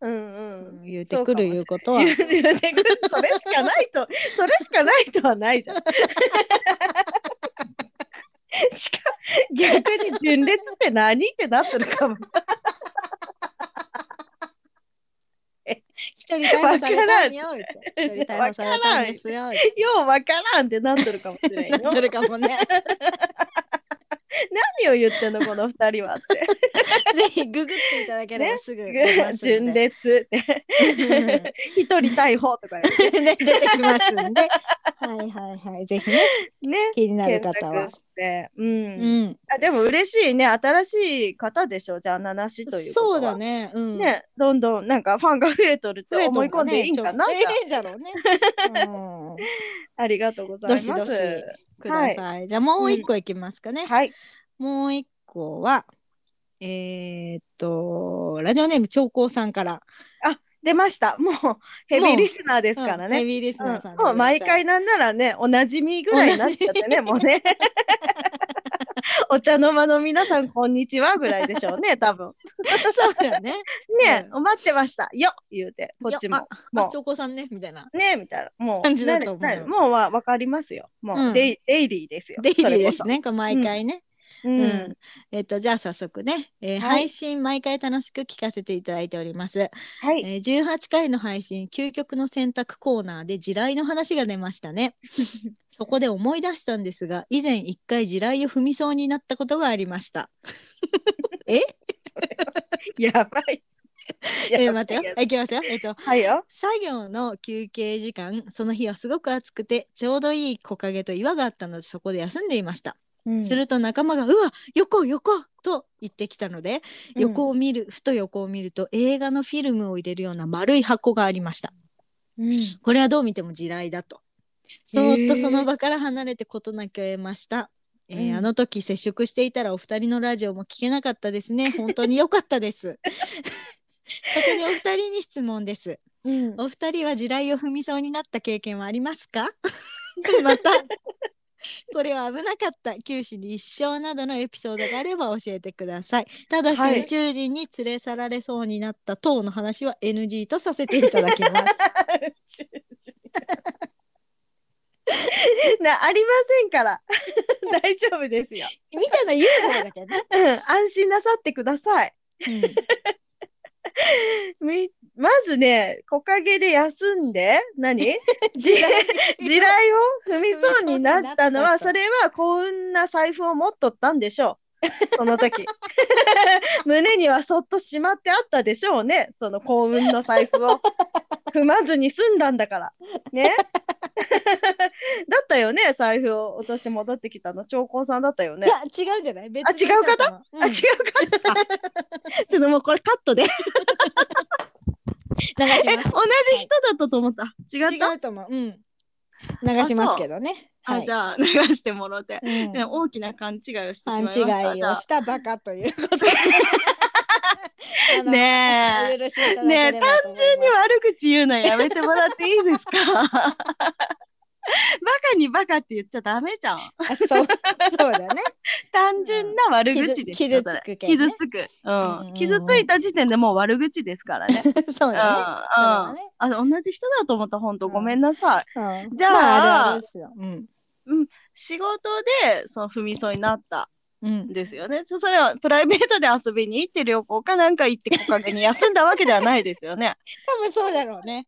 うんうん。
言うてくるいうことは
言。う言うてくるそれしかな いと、それしかないとはないじゃん。しか逆に純烈っ て何ってなってるかも。
期一人逮捕されたんよって一人逮捕されたんですよって
ようわからんってなっとるかもしれん よ。
なってるか もね
何を言ってんのこの二人はって。
ぜひググっていただければすぐ出ますん
純
で、
烈って。 一人逮捕とか
ね、出てきますんで はいはいはいぜひね
ね。
気になる方は
検索してう。
うんん
あでも嬉しいね。新しい方でしょ。じゃあ、七しということは。
そうだねうん
ね。どんどんなんかファンが増えとるって
増え
思
と
い
ん
込
か
ん
ね
でいいんかな。
ちょええじゃろうね、
ありがとうご
うん、
ざいま
ど
す。
しどしください、じゃあもう一個いきますかね、
はい。
もう一個はえー、っとラジオネーム長江さんから
出ました。もうヘビーリスナーです
うん
から
ヘ
ね。
ビーリスナー
う
さ
ん
んで
もう
ござい
毎
ます
回なんならね、おなじみぐらいになっちゃってね、もうね。お茶の間の皆さん、こんにちはぐらいでしょう ね、多分。
そうだ よね
ね、
う
待ってました。よっ言うて、こっち
いや
も。
あ
もう
長江さんねみたいな
ねみたいな。もう、
感じだと思う
慣れ慣れもうは分かりますよ。もう、
うん
デイデイリーですよ。
デイリーです
そ
ねこう毎回ね、
れ
う
こそ。
んえっとじゃあ早速ね、えー
はい
配信毎回楽しく聞かせていただいております、
うん。はい。
えー18回の配信「究極の選択」コーナーで地雷の話が出ました ねそこで思い出したんですが以前一回地雷を踏みそうになったことがありましたえ
やばい。
えー
やばい
待ってよ
やばい
いきますよえっと
はいよ。
作業の休憩時間その日はすごく暑くてちょうどいい木陰と岩があったのでそこで休んでいました
うん
すると仲間が「うわ横横!」と言ってきたので、
うん
横を見るふと横を見ると映画のフィルムを入れるような丸い箱がありました
うん
これはどう見ても地雷だとそーっとその場から離れて事なきを得ました、えー
うん
あの時接触していたらお二人のラジオも聞けなかったです ね本当に良かったですそこでお二人に質問です
うん
お二人は地雷を踏みそうになった経験はあります かまたこれは危なかった九死に一生などのエピソードがあれば教えてくださいただし、
はい
宇宙人に連れ去られそうになった等の話は NG とさせていただきます
なありませんから 大丈夫ですよ、
みたいな UFO だけどね、
うん、安心なさってください
うん
みまずね木陰で休んで何地
地雷
雷を踏みそうになったのは
踏みそうになったと
それは幸運な財布を持っとったんでしょうその時 胸にはそっとしまってあったでしょうねその幸運の財布を踏まずに済んだんだからね だったよね財布を落として戻ってきたの長江さんだったよね
いや違うんじゃない別
あ違う方
方、うん
あ、違う かった。ちょっともうこれカットで。
流し
え、同
ま
じ
す
人だったと思った。違った。
違うと思う、うん、流しますけどねは
あ、
い
じ、ゃあ流してもろて。
うん
ね大きな勘違いをしてしまい
勘
ました。
違いをしたバカということであの
ね
お許しいた
え。
だけ
ねえ、
れ
単
ばと思います
純に悪口言うのやめてもらっていいですか バカにバカって言っちゃダメじゃん。
あそうそうだね。
単純な悪口ですよ
傷傷つくけんね
傷つく。
うんうん
う。
うんん
傷ついた時点でもう悪口ですからね。うん。
そうだね。そう
う
だ
ん
ね。
あの同じ人だと思った、本当ごめんなさい。
うん
じゃあ
まあ、あるあるですよ。うん。
仕事でその踏みそうになった
うん
ん。ですよね。そそれはプライベートで遊びに行って旅行かなんか行って木陰に休んだわけではないですよ ね。
多分そうだろうね。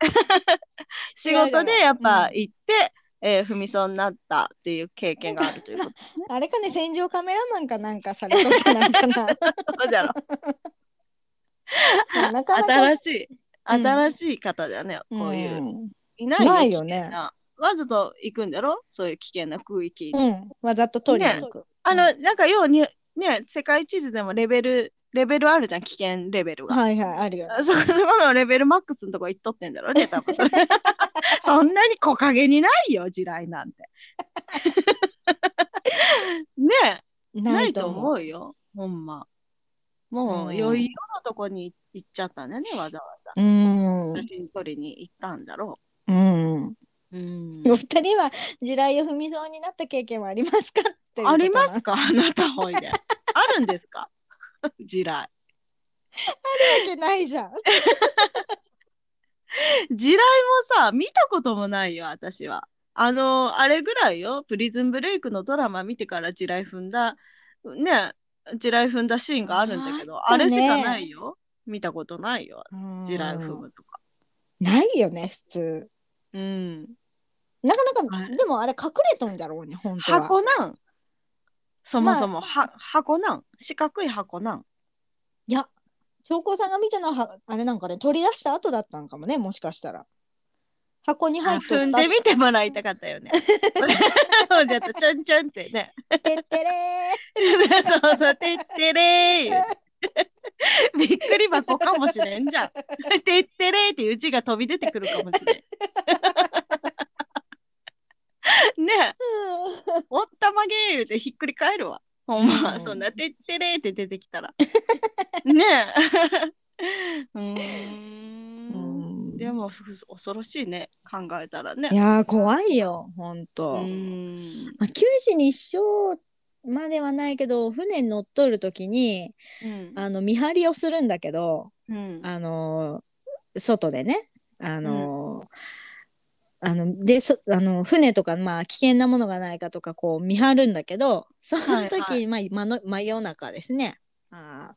仕事でやっぱ
う
行って、えー踏みそうになったっていう経験があるというこ
あれかね、戦場カメラマンかなんかされとったなんか な。
とそうじゃろ。
なかなか。
新しい、
うん
新しい方だよね、
うん
こういう。いないよ
ないよね。
なわざと行くんだろそういう危険な空域。
うん。わざと取りに行く。
あの、なんかように、ね、世界地図でもレベル、レベルあるじゃん、危険レベルが。
はいはい、あるよね。
あそこのレベルマックスのとこ行っとってんだろ うね、多分そんなに木陰にないよ、地雷な んて。ねえ、
な
ない
い
と
と
思
思う。
うよ、ほんま。もう
う
余
ん
裕のとこに行っちゃったんだよね、わざわざ。
うん。う
写真撮りに行ったんだろ
ん。
う。うん
お二人は地雷を踏みそうになった経験はありますかっていうことな
あ
んで
り
す
ますか あなたほいで。あるんですか地雷。
わけないじゃん。
地雷もさ見たこともないよ私はあのあれぐらいよプリズンブレイクのドラマ見てから地雷踏んだね地雷踏んだシーンがあるんだけどあ,、
あった
れ
ね
しかないよ見たことないよ地雷踏むとか
ないよね普通
うん。
なかなか、
はい
でもあれ隠れとんじゃろうね本当は
箱なんそもそも、は箱なん四角い箱なん
いや長江さんが見たのははあれなんかね取り出した後だったんかもねもしかしたら箱に入っと
踏ん
った
でみてもらいたかったよね。そうじゃったちょんちょんっ てね。
てってれ
そうそう、てってれー。びっくり箱かもしれんじゃん。てってれーっていう字が飛び出てくるかも しれん。ねえ、
ーうん
おったまげー言うてひっくり返るわ。ほんま、
うん
そんなてってれーって出てき たら。ねえ。うーん。
うん
でもふ恐ろしいね考えたらね
い。やー怖いよ本
う
当、
ーん
まあ、九死に一生まではないけど船に乗っとる時に
うん
あの見張りをするんだけど
うん
あのー外でねあのー、あのでそあの船とか、まあ、危険なものがないかとかこう見張るんだけどその時、
はい
まあ、真の真夜中ですねあ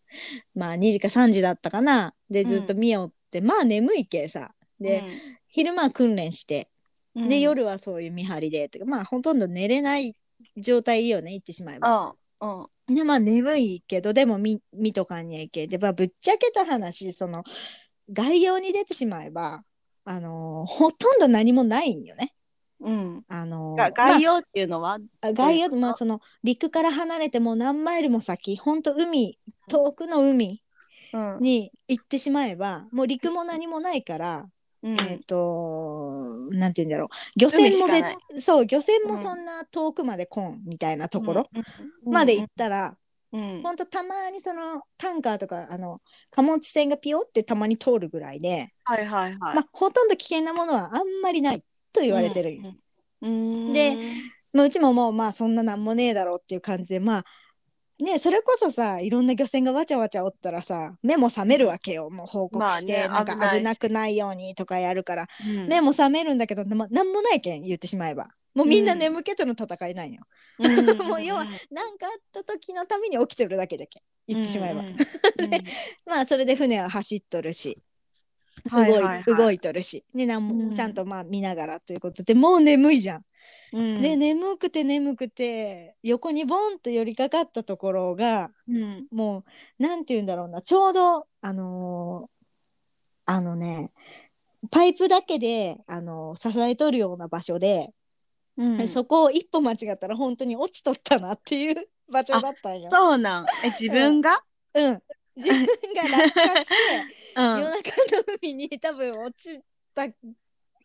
ーまあ2時か3時だったかなで
うん
ずっと見よって、まあ眠いけさで、昼間は訓練して
うん
で、夜はそういう見張りでとかまあほとんど寝れない状態よね言ってしまえば。
ああ
でまあ眠いけどでも見見とかんにゃいけんで、まあ、ぶっちゃけた話その概要に出てしまえばあのーほとんど何もないんよね。
うん
あのー
が概要っていうのは、
まあ、概要まあその陸から離れてもう何マイルも先ほんと海遠くの海
うん
に行ってしまえばもう陸も何もないから、
うん
えっ、となんて言うんだろう漁船も
海
べ
しかな
そう漁船もそんな遠くまで来んみたいなところ
うん
まで行ったら、
うん
ほんとたまにそのタンカーとかあの貨物船がピヨってたまに通るぐらいで、
はいはいはい、
まあ、ほとんど危険なものはあんまりないと言われてるんよ、う
うん、
でまあ、うちももうまあそんななんもねえだろうっていう感じでまあねそれこそさいろんな漁船がわちゃわちゃおったらさ目も覚めるわけよもう報告して、
まあ
な
ね
ん
危な
か
い
危なくないようにとかやるから、
うん
目も覚めるんだけどななんもないけん言ってしまえばもうみんな
うん
眠気との戦いなんよ、
うん
もう要はなんかあった時のために起きてるだけじゃけん言ってしまえば。
うん うん
まあそれで船は走っとるし動,、
はいいはいはい
動いとるし、ね、なんも
うん
ちゃんとまあ見ながらということでもう眠いじゃん。
うん
で眠くて眠くて横にボンと寄りかかったところが
うん
もうなんて言うんだろうなちょうどあのーあのねパイプだけで、あのー支えとるような場所で、
うん
そこを一歩間違ったら本当に落ちとったなっていう場所だったんよ。
そうなんえ自分が、
うん、自分が落下して
うん
夜中の海に多分落ちた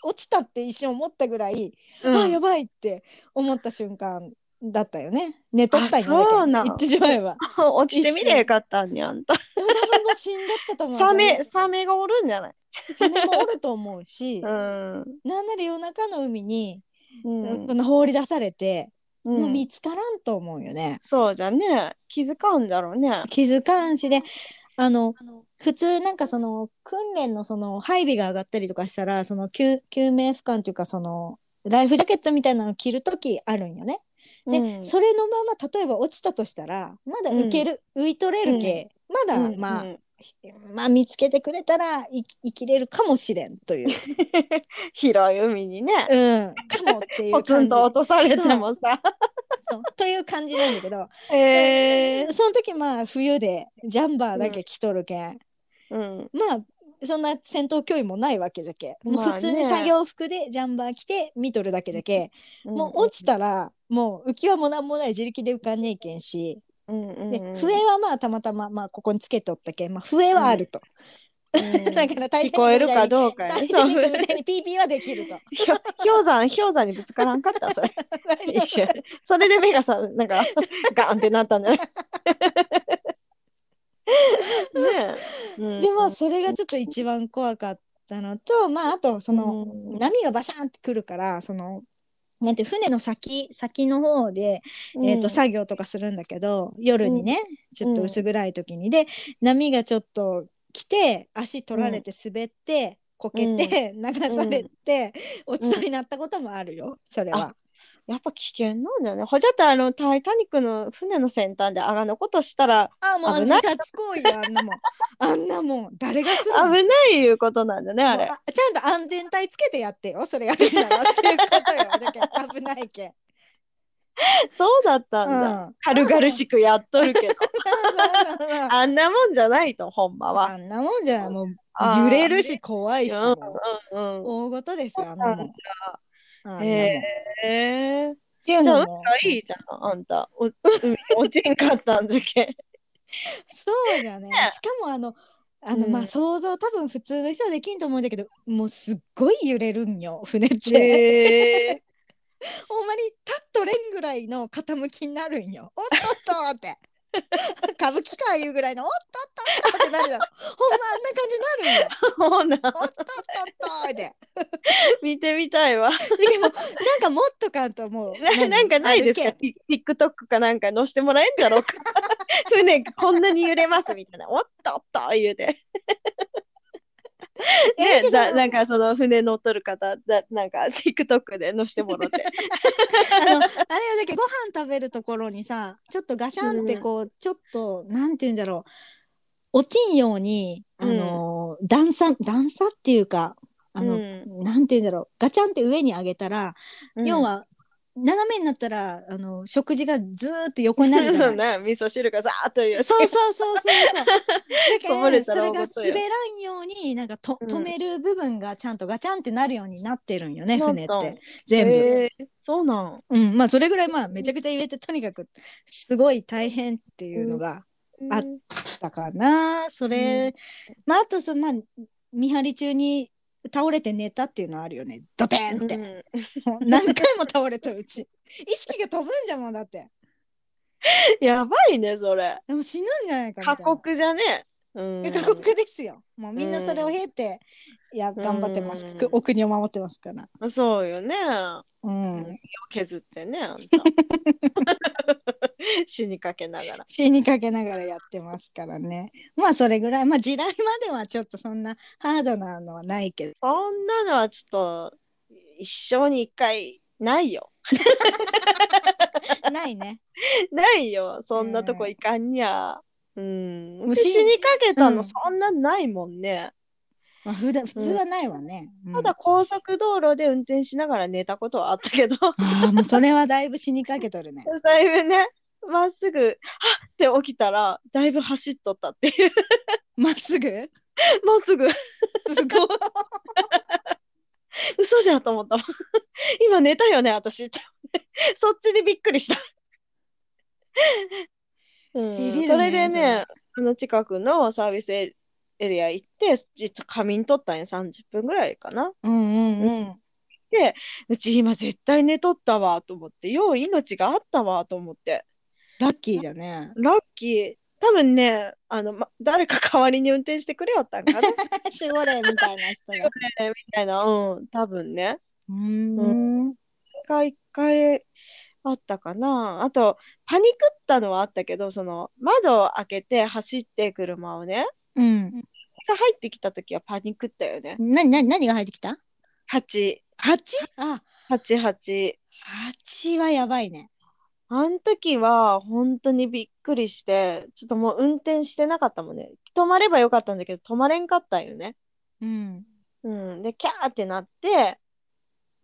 落ちたって一瞬思ったぐらい、
うん
あやばいって思った瞬間だったよね寝とったんよ
あそう
だ
な
けど言っ
ん
てしまえば
落ちてみりゃよかったんやあんた
でも多分もう死んだったと思う
サメサメがおるんじゃない
サメもおると思うし、
うん
なんなら夜中の海に、
うん
この放り出されて、
う
もうん見つからんと思うよね
そうじゃね気づかんだろうね
気づかんしであの普通なんかその訓練のその配備が上がったりとかしたらその救救命俯瞰というかそのライフジャケットみたいなのを着る時あるんよね。で、
うん
それのまま例えば落ちたとしたらまだ浮ける、浮いとれるけ、まだ、
うん
まあ、
うん
まあ見つけてくれたら生き生きれるかもしれんという、
広い海にね、
うん、かもっていう
ポツ
感
ン
じ
と落とされてもさ。
そうという感じなんだけど
えー
その時まあ冬でジャンバーだけ着とるけん、
うん
まあそんな戦闘距離もないわけじゃけ、もう
まあね
普通に作業服でジャンバー着て見とるだけじゃけ、もう落ちたらもう浮き輪もなんもない自力で浮かんねえけんし、
うんうんうん
で笛はまあたまたま、まあ、ここにつけとったけん、まあ、笛はあると、
うん
だから大
聞こえるか
う
どうか
タ
や
イ
ね。
タ
そう
ニックみ
ひ
たいにピーピーはできると。
ょ氷山氷山にぶつからんかった それ 一瞬。それで目がさなんかガンってなったんじゃない ねえ。うん
でもそれがちょっと一番怖かったのとまああとその、
うん
波がバシャンってくるからそのなんて船の先先の方でえー、と作業とかするんだけど夜にね、ちょっと薄暗い時にで波がちょっと来て足取られて滑って、こけて、流されて、落ちそうになったこともあるよそれは。
やっぱ危険なんだよね。ほいじゃったあの、タイタニックの船の先端であがのことしたら
あもう
危
自
ない
殺行為よあんなもん あんなもん誰がするの
危ないいうことなんだね、あ
もう
れ。
あちゃんと安全帯つけてやってよそれやるんだろっていうことよ だけど危ないけん、
そうだった
うんん、
だ。
そう
軽々しくやっとる け
そうそう
ど、
そう
あんなもんじゃないと、ほんまは。
あんなもんじゃないもう
あー
揺れるし怖いしもう
うんうんう
大
ん。
事ですよあん
な
なんもん
だ
あんなもん
へえ。
っていう
じゃあ、
の
運
も
がいいじゃん、あんた。お海に落ちんかったんじゃけん。
そうじゃね。しかもあの、あの、
うん
まあ、想像多分普通の人はできんと思うんだけど、もうすっごい揺れるんよ、船って。
へえ。
ほんまに立っとれんぐらいの傾きになるんよ。おっとっとって。 歌舞伎かいうぐらいのおっとっとっとってなるじゃん。ほんまあんな感じになるんよ。
そうなん。
おっとっとっとって。
見てみたいわ。
でもなんかもっとかんともう。
ななんかないですか
歩
?TikTok かなんか載せてもらえんだろうか 船こんなに揺れますみたいな。おっとっと言うて。
けんえだけど
ね、だなんかその船乗っとる方だなんか TikTok で載せてもらって。
あ のあれよだけどご飯食べるところにさちょっとガシャンってこう、ちょっとなんて言うんだろう落ちんようにあの、段差段差っていうかあの、
うん
なんて言うんだろうガチャンって上に上げたら、
うん
要は斜めになったらあの食事がずーっと横になるじ ゃない。
な味噌汁がザーッという。
そうそうそうそうそう。だ
こ
か
ぼれ
ら
た
そ
ら
れ
大
が
事
滑
よ
らんようになんかと、
うん
止める部分がちゃんとガチャンってなるようになってるんよね
なっ
船った
ん
て全部。
へえそうなん。
うん、まあそれぐらいまあめちゃくちゃ入れてとにかくすごい大変っていうのがあだからな、それ、まああとそのまあ見張り中に倒れて寝たっていうのはあるよねドテンって、
うん
もう何回も倒れたうち意識が飛ぶんじゃもんだって
やばいねそれ。
でも死ぬんじゃないかみたい
過
な
酷じゃね。うん
過酷ですよもうみんなそれを経て、いや頑張ってます、
うん
くお国を守ってますから
そうよね。
うん
削ってね、 あんた死にかけながら。
死にかけながらやってますからね。まあそれぐらい、まあ地雷まではちょっとそんなハードなのはないけど。
そんなのはちょっと一生に一回ないよ。
ないね。
ないよ、そんなとこ行かんにゃ。うん、
もう
私死にかけたの、
うん
そんなないもんね。
まあ普段普通はないわね。うん
ただ高速道路で運転しながら寝たことはあったけど、
ああもうそれはだいぶ死にかけとるね。
だいぶね、まっすぐ、はっって起きたら、だいぶ走っとったっていう、
まっすぐす
まっすぐ、
ごい。
嘘じゃんと思ったもん。 今寝たよね、私 って。そっちにびっくりした。 うん
ビビるね
それで
そ
ね
れ、
あの近くのサービスエリア行って、実は仮眠取ったんや、30分ぐらいかな。
うんうんうん。
うち今絶対寝とったわと思って、よう命があったわと思って、
ラッキーだね。
ラッキー。多分ね、あの、ま、誰か代わりに運転してくれよったんかな み
守護霊みたいな人が。
たいな、うん、多分ね。
うーん。
が一回あったかな。あと、パニクったのはあったけど、その、窓を開けて走って車をね、
うん。
が入ってきた時はパニクったよね。
なになに何が入ってきた
8、
蜂あ
8、8。
蜂はやばいね。
あの時は本当にびっくりして、ちょっともう運転してなかったもんね。止まればよかったんだけど、止まれんかったんよね。
うん。
うん。で、キャーってなって、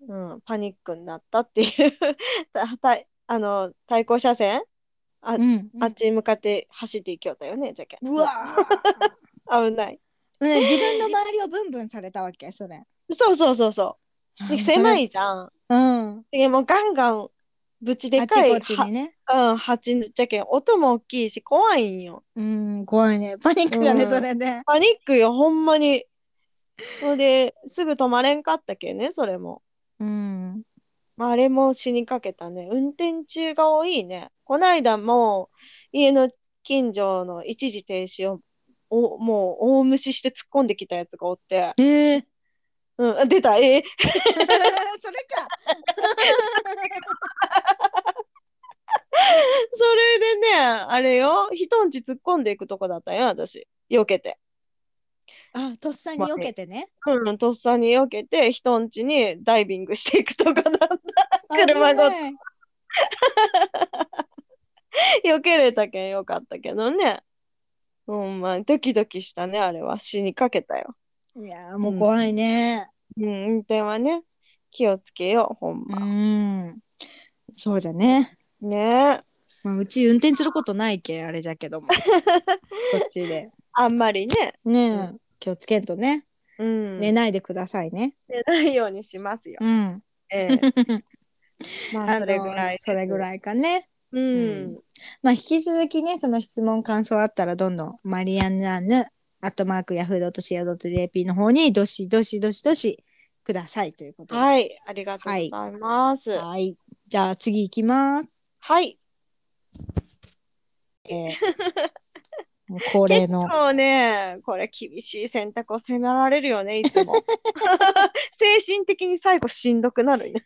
うん、パニックになったっていう、 たたあの、対向車線あ
うん。
あっちに向かって走っていきよったよね、じゃけん。
うわー
危ない。
ね自分の周りをブンブンされたわけそれ。
そうそうそうそう。で狭
い。
いじゃん。
うん。
でもうガンガンぶちで
あち
かい
こちにね。
はうん、蜂じゃけん音も大きいし怖いんよ。
うん、怖いね。パニックだね、
うん
それで。
パニックよ、ほんまに。それですぐ止まれんかったけんね、それも。
うん。
まあ、あれも死にかけたね。運転中が多いね。こないだも家の近所の一時停止をおもう大無視して突っ込んできたやつがおって。
ええ
うん、あ出た、えー
それか。
それでね、あれよ、人んち突っ込んでいくとこだったよ、私。避けて。
あ、とっさに避けてね。
うん、とっさに避けて、人んちにダイビングしていくとこだった。
あ
車ごと
危ない
避けれたけんよかったけどね。ほんま、ドキドキしたね、あれは。死にかけたよ。
いやーもう怖いね。
うん、運転はね、気をつけよう、ほん
う
ま。
ん。そうじゃね。
ねえ
まあうち運転することないけんあれじゃけども。こっちで。
あんまりね、
ねえ、
うん
気をつけんとね。
うん、
寝ないでくださいね。
寝ないようにしますよ。
うん。
ええまあ、
あ
そ
の
れぐらい。
それぐ
い。
らいかね。
うん。
まあ引き続きね、その質問、感想あったらどんどんマリアンナヌ、アットマークヤフードとシアドット JP の方にどしどしどしどしくださいということで。
はい、ありがとうございます。はい。
はい。じゃあ次行きます。えーもう恒例
結
の。
構ね、これ厳しい選択を迫られるよ ね、いつも。精神的に最後しんどくなるね。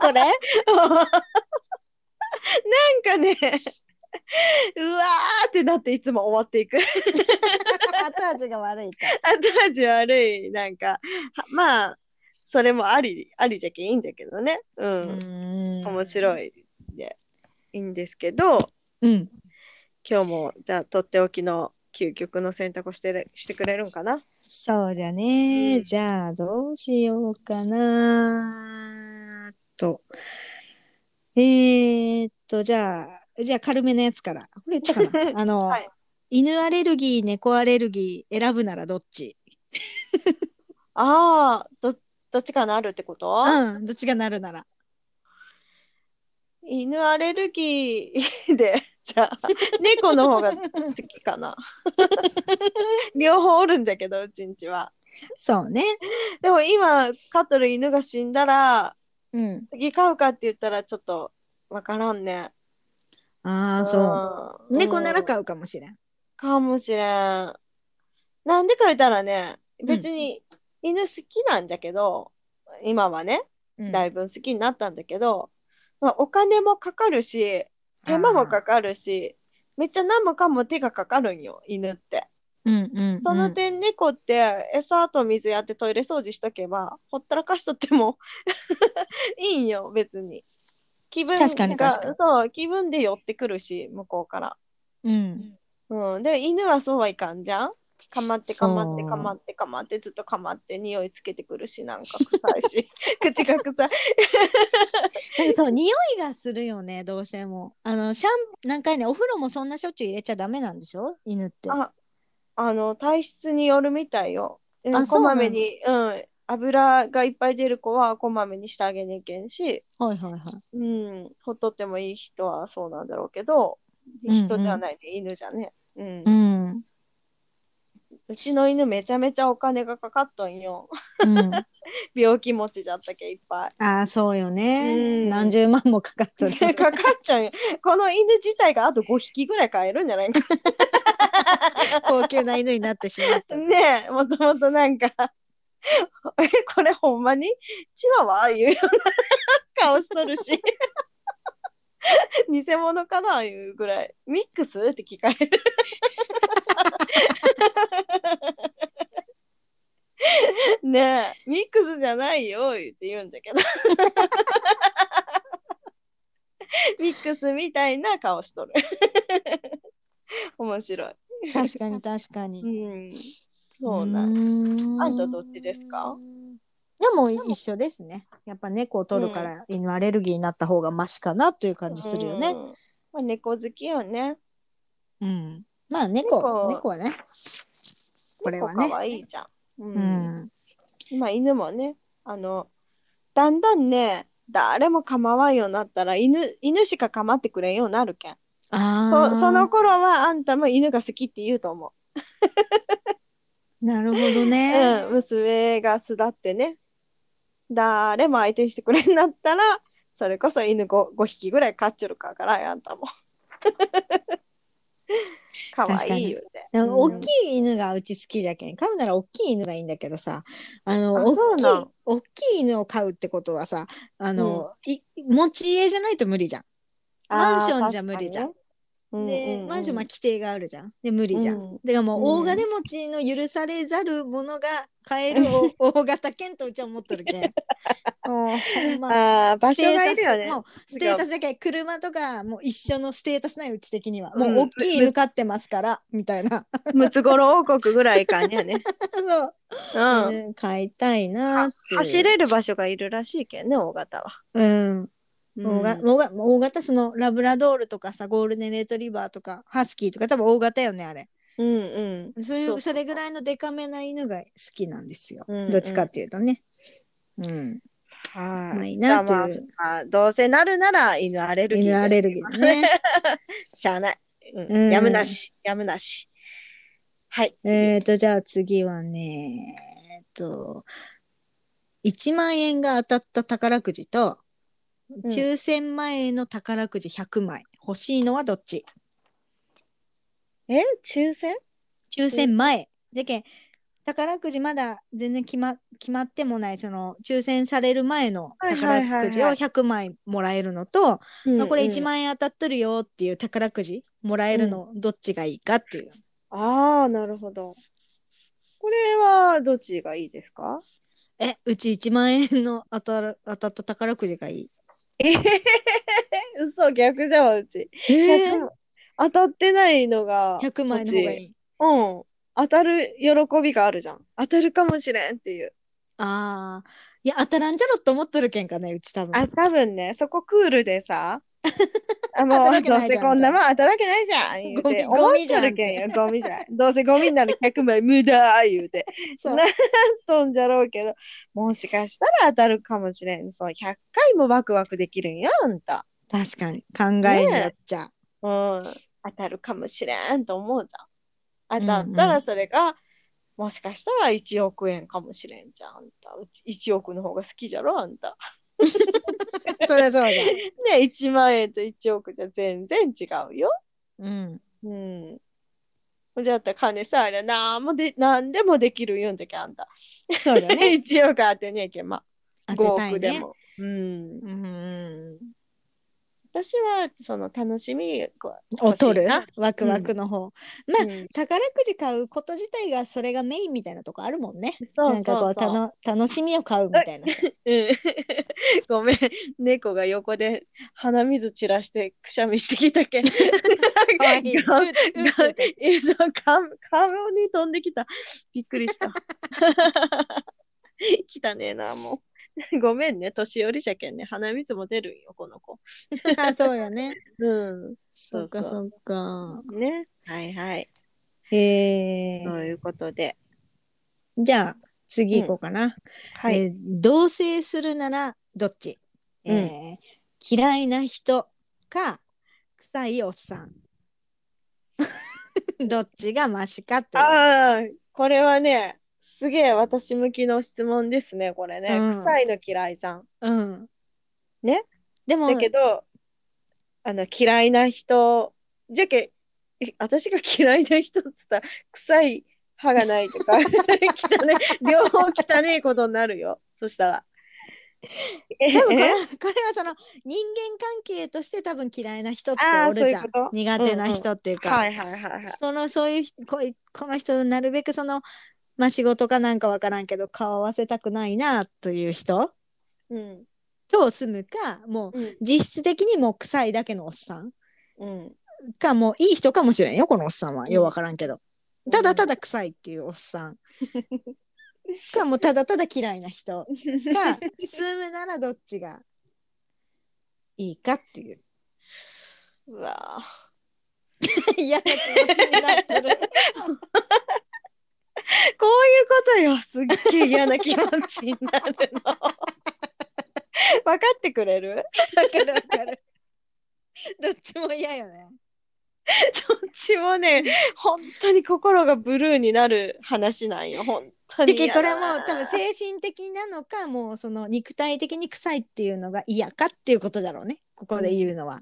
これ
なんかね、うわーってなっていつも終わっていく。
後味が悪いか。
後味悪い、なんか、はまあ、それもあり、ありじゃけいいんだけどね。うん。面
い。
白いで、いいんですけど、
うん。
今日も、じゃあ、とっておきの究極の選択をしてるしてくれるんかな
そうじゃね、
うん
じゃあどうしようかなと。えー、っと、じゃあ、じゃあ軽めのやつから。これ言ったか なあの、
はい
犬アレルギー、猫アレルギー選ぶならどっち
ああ、ど、どっちかなるってこと
うん、どっちがなるなら。
犬アレルギー で、じゃあ、猫の 方が好きかな。両方おるんだけど、うちんちは。
そうね。
でも今、飼ってる犬が死んだら、
うん。
次飼うかって言ったら、ちょっとわからんね。
ああ、そうう。
ん
猫なら
うん
飼うかもしれん。
かもしれん。なんでか言ったらね、別に犬好きなんだけど、今はね、
うん
だいぶ好きになったんだけど、まあ、お金もかかるし、手間もかかるし、めっちゃ何もかも手がかかるんよ、犬って。
うんうん、うん。
その点、猫って餌と水やってトイレ掃除しとけば、ほったらかしとっても いいんよ、別に。気分
確かに
が
確かに
そう、気分で寄ってくるし、向こうから。
うん。
うん、で、犬はそうはいかんじゃん。かまってかまって
そう
かまってかまってずっとかまって匂いつけてくるし、なんか臭い し、口が臭い。
なんかそう匂いがするよねどうしてもあのシャンなんかねお風呂もそんなしょっちゅう入れちゃダメなんでしょ犬って
ああの体質によるみたいよ。うん
あそ
こ
うな
ま
んだ
めに、うん、油がいっぱい出る子はこまめにしてあげねえけんし、
はいはいはい
うん、ほっとってもいい人はそうなんだろうけど、
うんうん
人ではないで犬じゃね。うん
う、ん、うん、
うちの犬めちゃめちゃお金がかかっとんよ。
あ
病気持ちじゃったけんいっぱい。
ーそうよね、
うん
何十万もかかっとる
かかっちゃうよ。この犬自体があと5匹ぐらい飼えるんじゃないか。
高級な犬になってしまった、
ねえ、もともとなんか、 え、これほんまにチワワいうような顔しとるし。 偽物かないうぐらい。ミックスって聞かれる。 ねえ、ミックスじゃないよって言うんだけど。 ミックスみたいな顔しとる。面白い。
確かに確かに、
うん、そうなん。
ん
あんたどっちですか
でも一緒ですねやっぱ猫を取るから犬アレルギーになった方がマシかなという感じするよ
う
ね
んまあ、猫好きよね。
うん、まあ猫
猫
猫はねこれはね
猫可愛いじゃん。う。
うんん
今犬もね、あの、だんだんね、誰も構わんようになったら犬犬しか構ってくれんようになるけん
ああ
そその頃はあんたも犬が好きって言うと思
なるほど
う、
ね、
うん、娘が巣立ってね誰も相手にしてくれんなったらそれこそ犬 5, 5匹ぐらい飼っちゅるかからあんた も可愛いよね
でも
うん
大きい犬がうち好きじゃけん飼うなら大きい犬がいいんだけどさあの
あ
大き
そうないん
大きい犬を飼うってことはさあの、い持ち家じゃないと無理じゃんマンションじゃ無理じゃん
あーうん
で、
うん
マンションは規定があるじゃん。で、無理じゃん。
うん
だからもう、
うん
大金持ちの許されざるものが買え るお大型犬とうちは思っとるけん。もう、ほんま。
ああ、場
ス
所
テー
が
タ
いるよ
ス、
ね。
もうステータスだけ車とかもう一緒のステータスないうち的には、も
うん
う大きい犬飼ってますからみたいな
ムツゴロウ王国ぐらい感じやね。
そう
うん。
ね買いたいなーっていう
走れる場所がいるらしいけんね、大型は。
うん大が
うん
大が大型そのラブラドールとかさゴールデンレトリバーとかハスキーとか多分大型よねあれ
うん
そういう
そう
そ
そ
うれぐらいのデカめな犬が好きなんですよ、
うんうん
どっちかっていうとねうん
うん。は
まあいいなって
じゃあ
いう
まあ、どうせなるなら犬アレルギーで。
犬アレルギーだね
しゃあない。うん
うん
やむなし。やむなし。はい。
えっとじゃあ次はねえっと1万円が当たった宝くじと
ん
抽選前の宝くじ100枚欲しいのはどっち
え抽選
抽選前でけん宝くじまだ全然決ま決まってもないその抽選される前の宝くじを
はいはいはいはい
100枚もらえるのと、まあ、これ1万円当たっとるよっていう宝くじもらえるのどっちがいいかっていう、
円。ああ、なるほど。これはどっちがいいですか
えうち1万円の当たる当たった宝くじがいい
えへへへへ嘘、逆じゃん、うち。
えー
100当たってないのが。
100枚の方がいい
うん。当たる喜びがあるじゃん。当たるかもしれんっていう。
あーいや当たらんじゃろって思っとるけんかねうち多分
あ、多分ね、そこクールで さ、あ
当
も
たる
う
わけ
どう
ないじ
せ
ゃん
こんなもん当たるわけないじゃん言うて、
ゴミゴミ
思っとるけんよ、ゴミじゃん。どうせゴミになる100枚無駄言うて、
そう
なそんじゃろうけど、もしかしたら当たるかもしれん。そう、100回もワクワクできるんや、あんた。
確かに考えによっちゃ、
うん、当たるかもしれんと思うじゃん。当たった
うんう
らそれが、もしかしたら1億円かもしれんじゃん。あんたうち1億の方が好きじゃろあんた。
そりゃそうじゃん、
ね1万円と1億じゃ全然違うよ。
うん、
うん。ほんじゃあったら金さありゃなんもでなんでもできる言うんじゃけんあんた。
そうだね
1億当てねえけんまあ
当て
5
たい
億で
ね
も。うん、
うん
私はその楽しみこう
を取
欲
る
しいな
ワクワクの方、まあ
うん
宝くじ買うこと自体がそれがメインみたいなとこあるもんね
そう
なんかこ
そううそう
たの楽しみを買うみた いなさ
うんごめん、猫が横で鼻水散らしてくしゃみしてきた けん。
かわい い
が
うってうって言って
えそう顔顔に飛んできた。びっくりした。 汚ねえな、もう。 ごめんね、年寄りじゃけんね。鼻水も出るんよ、この子。
あそうよね
うん。
そっか
そ
そっか
ね。はいはい。
え
ということで。
ー、じゃあ次行こうかな、
はい。
えー同棲するならどっち、えー嫌いな人か臭いおっさん どっちがマシかっていう
ああ、これはね、すげえ私向きの質問ですね、これね。
うん
臭いの嫌いさん。
うん。
ね。
でも、
だけど、あの嫌いな人じゃけえ私が嫌いな人っつったら臭い歯がないとか 汚ね両方汚ねえことになるよそしたら。
でもこれ
え
は これはその人間関係として多分嫌いな人って
あー
おるじゃん
そういうこと
苦手な人っていうか、
はいはいはいはい。
そのそういう人こいこの人なるべくそのまあ仕事かなんかわからんけど顔合わせたくないなという人
うん
と住むかもう
うん
実質的にもう臭いだけのおっさん
うん。
かもういい人かもしれんよこのおっさんは
ん
ようわからんけどただただ臭いっていうおっさんかもうただただ嫌いな人が住むならどっちがいいかっていう
うわあ
嫌な気持ちになってる
こういうことよすっげえ嫌な気持ちになるの。 分かってくれる
わかるわかるどっちも嫌よね
どっちもね本当に心がブルーになる話なんよ本当
で
に嫌
これ
だ
はもう
な
多分精神的なのかもうその肉体的に臭いっていうのが嫌かっていうことだろうねここで言うのは、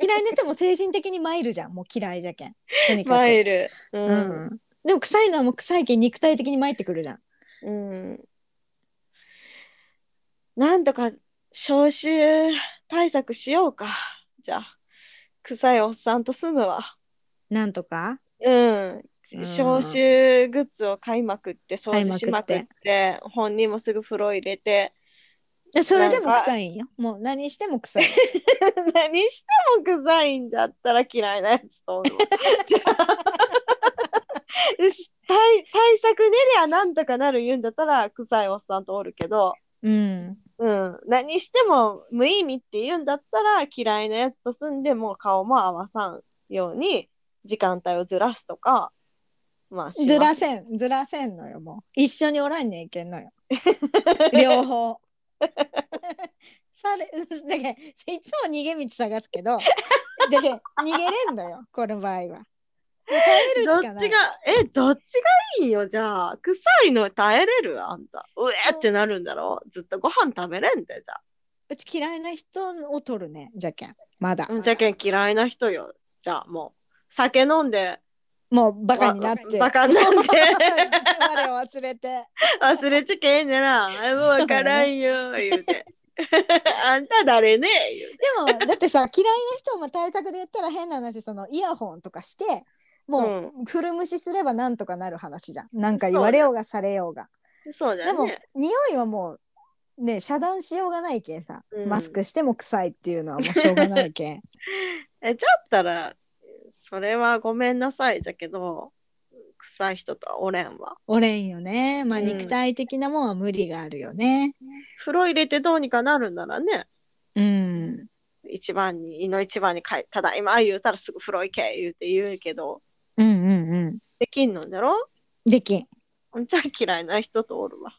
嫌いな人も精神的にマイルじゃんもう嫌いじゃけんとにかく
マイル。う。
うんん、でも臭いのはもう臭いけん肉体的に参ってくるじゃん
うん。なんとか消臭対策しようか。じゃあ、臭いおっさんと住むわ。
なんとか
うん。
うん
消臭グッズを買いまくって、掃
買いまく
除
って
しまくって、本人もすぐ風呂入れて、
えそれでも
なんか
臭いんよもう何しても 臭い
何しても臭いんじゃったら嫌いなや つと思う。 じゃあよし対対策練りゃなんとかなる言うんだったら臭いおっさんとおるけど、
うん
うん、何しても無意味って言うんだったら嫌いなやつと住んでもう顔も合わさんように時間帯をずらすとか、まあ、します
ずらせんずらせんのよもう一緒におらんねいけんのよ両方 それ だけいつも逃げ道探すけ どだけ逃げれんのよこの場合はもう耐えるし
どっ
かない
ちが、え、どっちがいいよ、じゃあ。臭いの耐えれるあんた。うえーってなるんだろずっとご飯食べれんで、じゃ
うち嫌いな人を取るねじゃけんまだ
あ。うんじゃけん嫌いな人よ。じゃあ、もう。酒飲んで、
もうバカになって
バカになって
我を忘れて
忘れちゃけんねな。あもうわからんよ、言うて。 あんた誰ね言うて
でもだってさ嫌いな人も対策で言ったら変な話そのイヤホンとかしてもう古虫すればなんとかなる話じゃんなんか言われようがされようが
そうだ
でも
ね。
匂いはもうね遮断しようがないけんさ、
うん
マスクしても臭いっていうのはもうしょうがない けん
え、だったら、それはごめんなさいだけど、臭い人とはおれんわ。
おれんよねまあ
うん
肉体的なもんは無理があるよね
風呂入れてどうにかなるんならね、
うん
一番に、胃の一番に帰ただ今言うたらすぐ風呂行け言うて言うけど、
うんうんうん
できんのんだろ
できん
ほんちゃん嫌いな人とおるわ。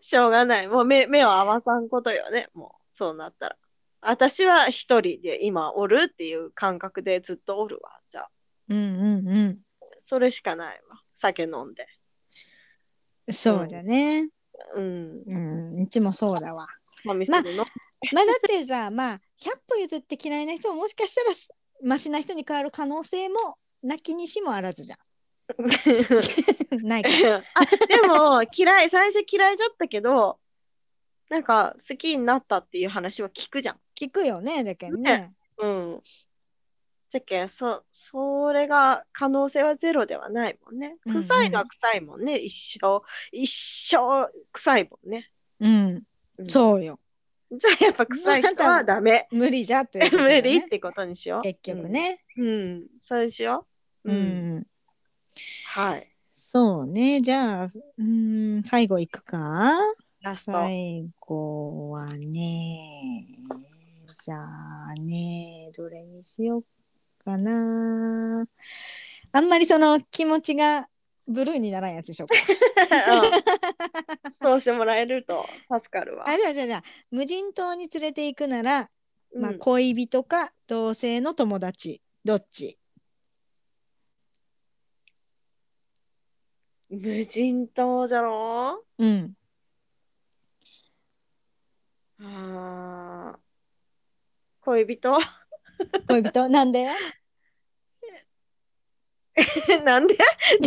しょうがない。もう目目を合わさんことよね。もうそうなったら。私は一人で今おるっていう感覚でずっとおるわ。じゃあ、
うんうんうん
それしかないわ。酒飲んで。
そうだね。
うん。
うん、うちもそうだわ。
まみするの。
まあだってさ、まあ100歩譲って嫌いな人ももしかしたらすマシな人に変わる可能性もなきにしもあらずじゃん。ないか。
あでも嫌い最初嫌いだったけどなんか好きになったっていう話は聞くじゃん。
聞くよね、だけどね。
うん。じゃけんそそれが可能性はゼロではないもんね。
うんうん
臭いのは臭いもんね、一生一生臭いもんね。
うん、
うん
そうよ。
じゃあやっぱ臭い人はダメ。
無理じゃって、
無理ってことにしよう。
結局ね。
うん。うん、それしよ
う。
う。
ん。
はい。
そうね。じゃあ、うん、最後いくか。
ラスト。
最後はね、じゃあね、どれにしようかな。あんまりその気持ちがブルーにならんやつでしょ うか。
うん そうしてもらえると助かるわ。
あ、じゃあじゃあじゃあ、無人島に連れて行くなら、まあ
うん
恋人か同性の友達、どっち
無人島じゃろ
うん。
あー恋人
恋人 なんで
なんでなんで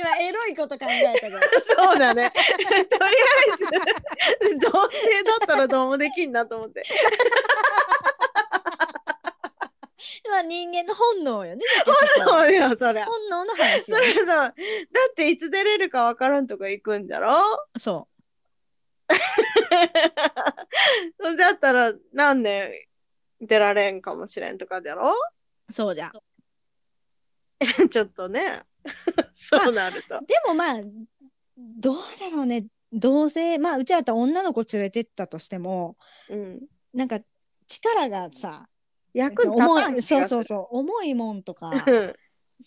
今エロいこと考え たぞ。
そうだね。とりあえず、同性だったらどうもできんなと思って。
まあ人間の本能よね。
そうよ、そりゃ。
本能の話
そ
よね、
れさ、だっていつ出れるかわからんとこ行くんだろ
そ
それだったら何年出られんかもしれんとかだろ
う。そうじゃ。
ちょっとね。 そうなると。
でもまあどうだろうね同性まあうちだったら女の子連れてったとしても
うん。
なんか力がさ
役に立た
重い
ん気が
そうそう
す
そう重いもんと か
る。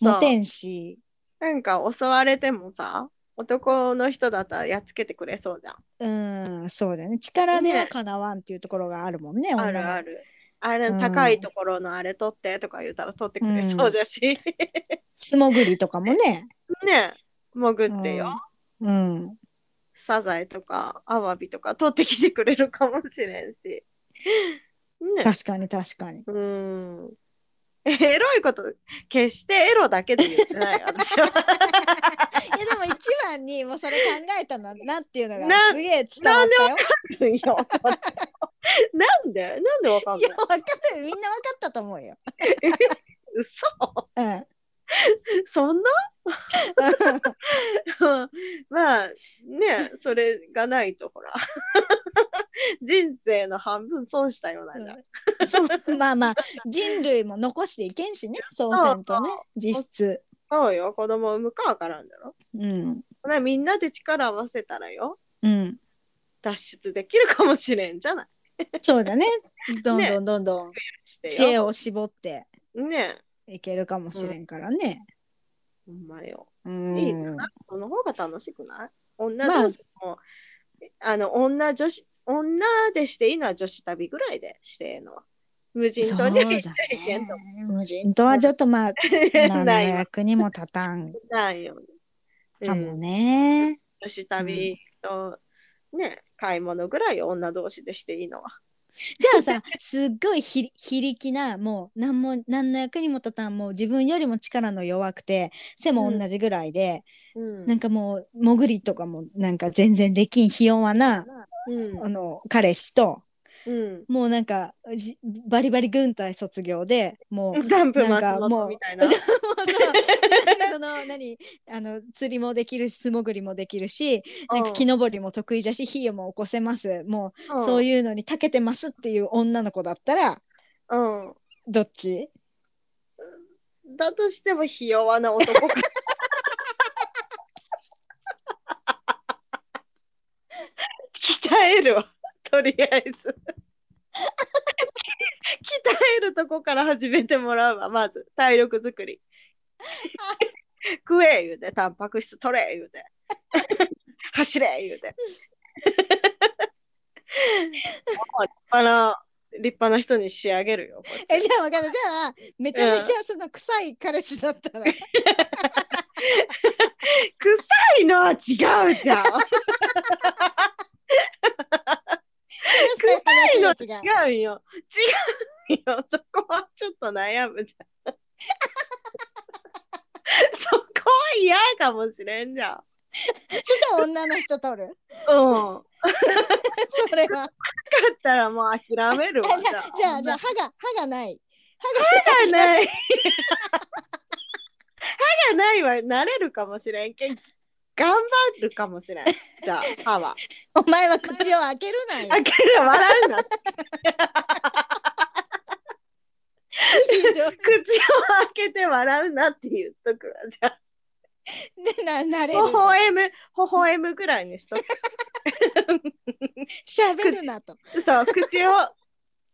うん
持てんし
なんか襲われてもさ、男の人だったらやっつけてくれそうじゃん。
うんそうだよね力ではかなわんっていうところがあるもんね
あ
女
る
の
ある。あれ、
うん
高いところのあれ取ってとか言うたら取ってくれそうだし。
素潜りとかもね
ね潜ってよ、
うん、う ん
サザエとかアワビとか取ってきてくれるかもしれんし。ね
確かに確かに
うん。エロいこと、決してエロだけで言ってない、私は。
いやでも一番にもうそれ考えたんだなっていうの
な
がすげえ伝わったよ。
いやわかんないなんでなんでわかん
い
な
や
い
わかるみんなわかったと思うよ。
嘘
うん。うん
そんなまあねそれがないとほら 人生の半分損したようなんだ、
そうまあまあ人類も残していけんしねそうせんとね実質。
そうよ子供産むかわからんだろ
うん
ほなみんなで力を合わせたらよ
うん
脱出できるかもしれんじゃない
そう だねどんどんどんどん知
して
恵
よ
を絞って
ねえ
いけるかもしれんからね。
ほんまよ
うん
いいなその方が楽しくない女
まあ
同士も、あ、の女女子女でしていいのは女子旅ぐらいでしてええのは無人
そう
島
だ
に
ね
は行っちゃいけんの、
無人島はちょっと まあ何の
ないよ
役にも立たん
ないよ、う
か
ん
もね。
女子旅と、ね買い物ぐらい女同士でしていいのは
じゃあさすっごいひり非力なもう何も何の役にも立たんもう自分よりも力の弱くて背も同じぐらいで、
うん
なんかもう潜りとかもなんか全然できんひ弱な、
うん
あの彼氏と
うん
もうなんかじバリバリ軍隊卒業でもう。
ダンプ
なん
松
かも
本
う
みたいな。
もうそうなんかその何あの釣りもできるし素潜りもできるしなんか木登りも得意じゃし火も起こせますもうそう
い
いうのに長けてますっていう女の子だったら
うん。う
どっち
ん。だとしても、ひ弱な男か。 鍛えるわ、とりあえず。鍛えるとこから始めてもらうわ、まず、体力作り。食え言うて、タンパク質取れ言うて。走れ言う て。もう立派な、立派な人に仕上げるよ。これ
えじゃあ分かるじゃあめちゃめちゃその臭い彼氏だった ら、
臭いのは違うじゃん。臭
話が違う
うよ。違うよ。そ こはちょっと悩むじゃん。そこは嫌かもしれんじゃん。
そしたら女の人取る そ
うん。だ
れは
ったらもう諦める
あ
わ。
じゃあじゃあじゃあ歯が歯がない
歯がない。歯がないは慣れるかもしれんけん。頑張るかもしれん。じゃあ歯 は。
お前は口を開けるなよ
あける笑うな。
ひどい
口を開けて笑うなって言っとくわ。じゃあ
でななれ
微
るな
笑む、微笑むぐらいにしとく。
喋るなと
そう、口を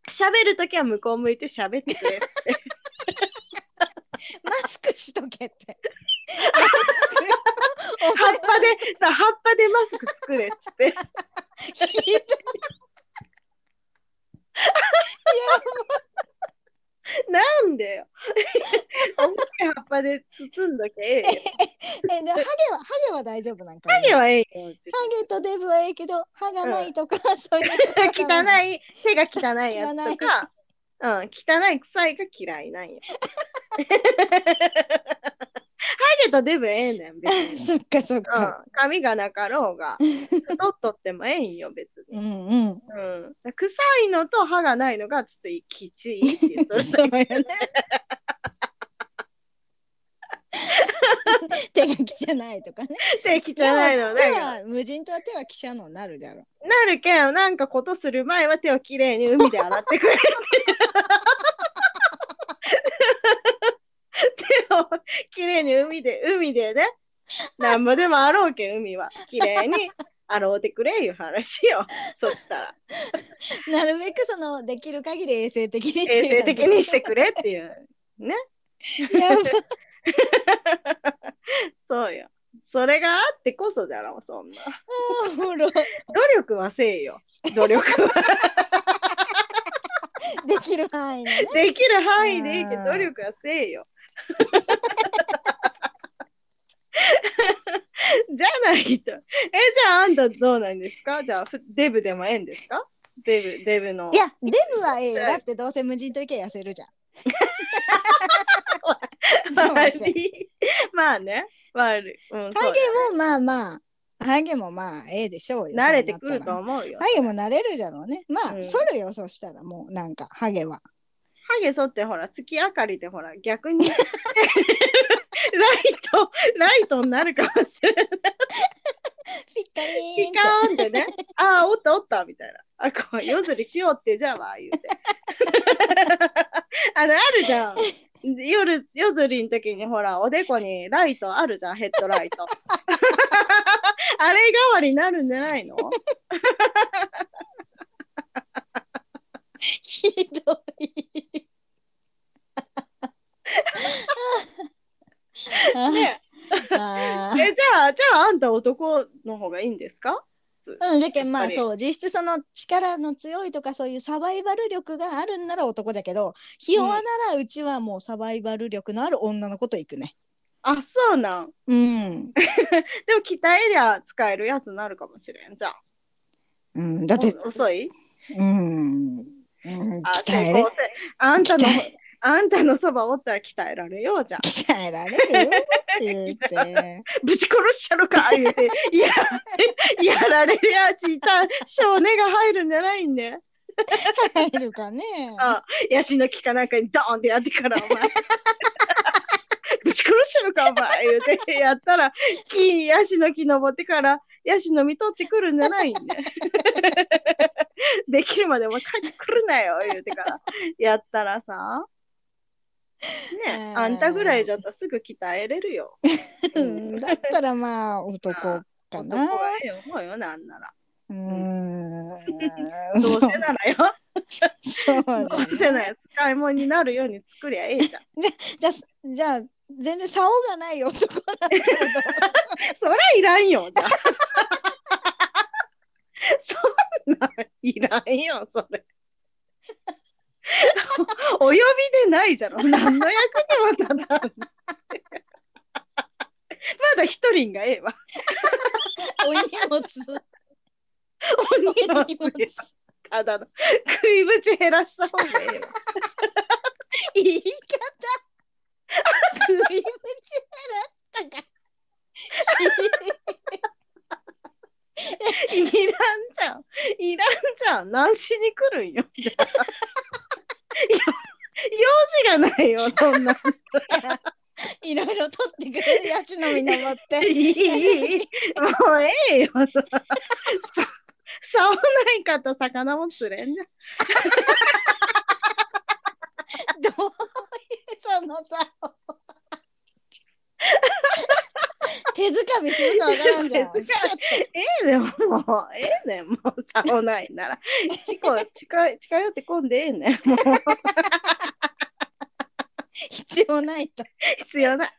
喋るときは向こう向いて喋って くれ。
マスクしとけってマスクお
葉っ
前は
ぱで、そう葉っぱでマスク作れっつって。
ひどい
なんでよ。 大きい葉っぱで包 んだけええよ。
えでハゲはハゲは大丈夫なんか
ハゲはええよ。
ハゲとデブはええけど歯がないとか、そういうのはダメ
汚い、手が汚いやつとか、うん、汚い臭いが嫌い なんよ。ハゲとデブええねん、別 に。
そっかそっ
うん
か、、
髪がなかろう が、太っとってもええんよ、別
う
に。
んうん
うん、臭いのと歯がないのがちょっときちいって言うと
そうよね。 手が汚いと かね。
手汚いの
手
ね。
は無人島は手は汚のなるじゃろ。
なるけん、なんかことする前は手をきれいに海で洗ってくれって。手をきれいに海で、海でね。なんぼでもあろうけん、海は。きれいに洗うてくれいう話よ。そしたら。
なるべくそのできる限り衛生的にって
衛
いう
生
の
的にしてくれっていう。
やばい
そうよ。それがあってこそだろ、そんな。
おもろで
努力はせえよ。努力は。
きる範囲のね。
できる範囲でいいけ
う
ど、
ん
努力はせえよ。 じゃないと。え、じゃああんたどうなんですかじゃあふデブでもええんですかデブ、デブの。
いや、デブはええよ。だってどうせ無人島行けば痩せるじゃん。そう
悪
ですね
い。 まあね。悪い。うん、そうだ
もまあまあ、ハゲもまあ、ええでしょうよ。
慣れてくる
そう
と
なったら
思うよ。
ハゲも慣れるじゃろうね。まあ、
うん
剃るよ、そしたらもう、なんか、ハゲは。
ハゲ剃ってほら、月明かりでほら、逆に ライト、ライトになるかもしれない。
ピッカリーン
ピ
って
カーンって ね。ああ、おったおったみたいな。あ、こう夜釣りしようって、じゃあわ、言うて。 あの、あるじゃん。夜、夜釣りの時にほら、おでこにライトあるじゃん、ヘッドライト。 あれ代わりになるんじゃないの
ひどい。あ
ね
あ
え、じゃあ、じゃああんた男の方がいいんですか
うん、だけどまあ
やっぱり
そう実質その力の強いとかそういうサバイバル力があるんなら男だけどひ弱ならうちはもうサバイバル力のある女の子と行くね。
あ、そうなん。
うん、
でも鍛えりゃ使えるやつになるかもしれん。じゃあ、
うん、だって、
お遅い
うん、うん、鍛え
あ成
れ
功せあんたの
鍛、
あんたのそばおったら鍛えられようじゃん。
鍛えられるよって言って。
ぶち殺しちゃろか言うて、いや、やられりゃちいた少年が入るんじゃないんで、
入るかね。
あヤシの木かなんかにドーンってやってから、お前。 ぶち殺しちゃろか、お前言うて、やったら、木、ヤシの木登ってから、ヤシの実取ってくるんじゃないんで。 できるまでお前帰ってくるなよ、言うてから、やったらさ。ねえ、あんたぐらいだったらすぐ鍛えれるよ。
うんだったらまあ男か
男
な。
はええ思うよ、なんなら。
うーん。
どうせ
そう
ならよ。
そう
どう
だ
せ
ね
なら使い物になるように作りゃええじゃん。
じゃあじゃあ全然竿がない男だったらどう
そりゃいらんよ、じゃあ。そんなんいらんよ、それ。お呼びでないじゃろ。何の役にも立たん。まだ一人がええわ。
お荷物。
お荷
お
物
荷物
よ。ただの食いぶち減らした方がええわ。
言い方。食いぶち払ったか。
いらんじゃん。いらんじゃん。何しに来るんよ。じゃあ用事がないよ、そんな。
いろいろ取ってくれるやつのみ登って。
いい、いい。もうええよ。そさ竿ないかった魚も釣れんじゃん。
どういうその竿。手づかみするかわからんじゃん。
手づかみ
シュッと
ええでも、もうええねん。もう竿ないなら。近い近い近寄ってこんでええね ん。もう
必要ないと。
必要ない。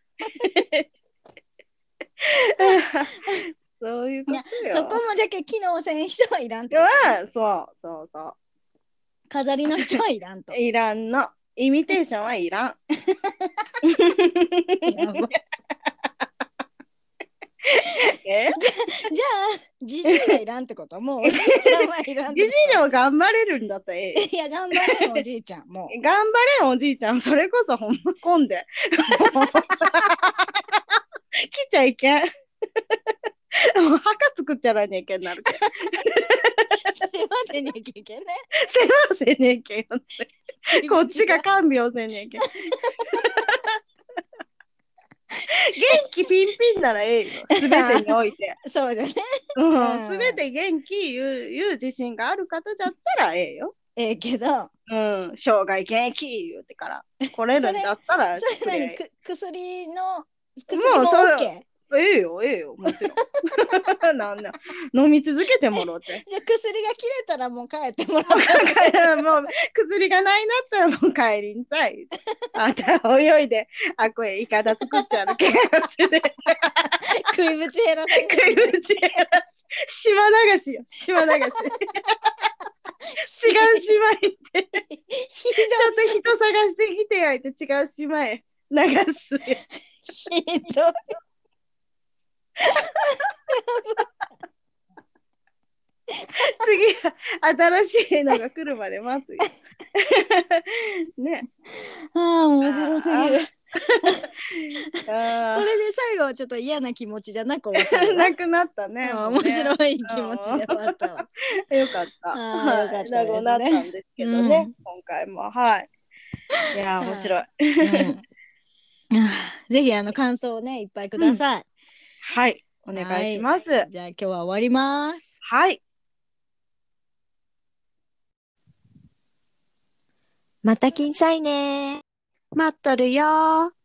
そういうことよ。
そこもじゃけ機能せん人はいらんと。
は、そうそうそう。
飾りの人はいらんと。
いらんの。イミテーションはい らん。
やばじゃ
え
あ、じじいはいらんってこともうおじいちゃんはいらんっ
じじ
て
いでも頑張れるんだったらええよ
こと。いや、頑張れよ、おじいちゃん。も
頑張れんおじいちゃん、それこそほんま混んで。もう来ちゃいけん。もう墓作っちゃらねえけんなるけん。
う、世話せなきゃいけない。
せねえけんよって。こっちが看病せねえけん。元気ピンピンならええよ。 すべてにおいて。
そうじゃね。
うん、全て元気言う言う自信がある方だったらええよ。
ええけど、そ
うん、生涯現役言うてから来れるんだったら
れ何
作りゃ
く薬の、薬
も
も
うそれ
OK。じゃ
ええよええよもちろん。 なんだ飲み続けてもろうて。
あ薬が切れたらもう帰ってもら
もう
う。
薬がないなったらもう帰りんさい。あんた泳いであこへイカダ作っちゃうけんで
食い ぶち減らさない
食いぶちやらす島流しよ島流し。違う島行って。
ひ
ちょっと人探してきてやいて違う島へ流すよ。
どい、ひどい。
次 は新しいのが来るまで待つよ。ね。
ああ、面白すぎる。こ
あ
れで最後、ちょっと嫌な気持ちじゃなく終わった
ー
よ
な
ね。
くなったね。
あー
も
面
うね
白い気持ちで終わったわ。
よかった。
あー
は
よ
い
かったですね
なくなったんですけどね、
うん
今回も。はい。いやー、面白い。
うんあーぜひ、あの、感想をね、いっぱいください。
はい。お願いします。はい。
じゃあ、今日は終わります。また金さいね
待っとるよー。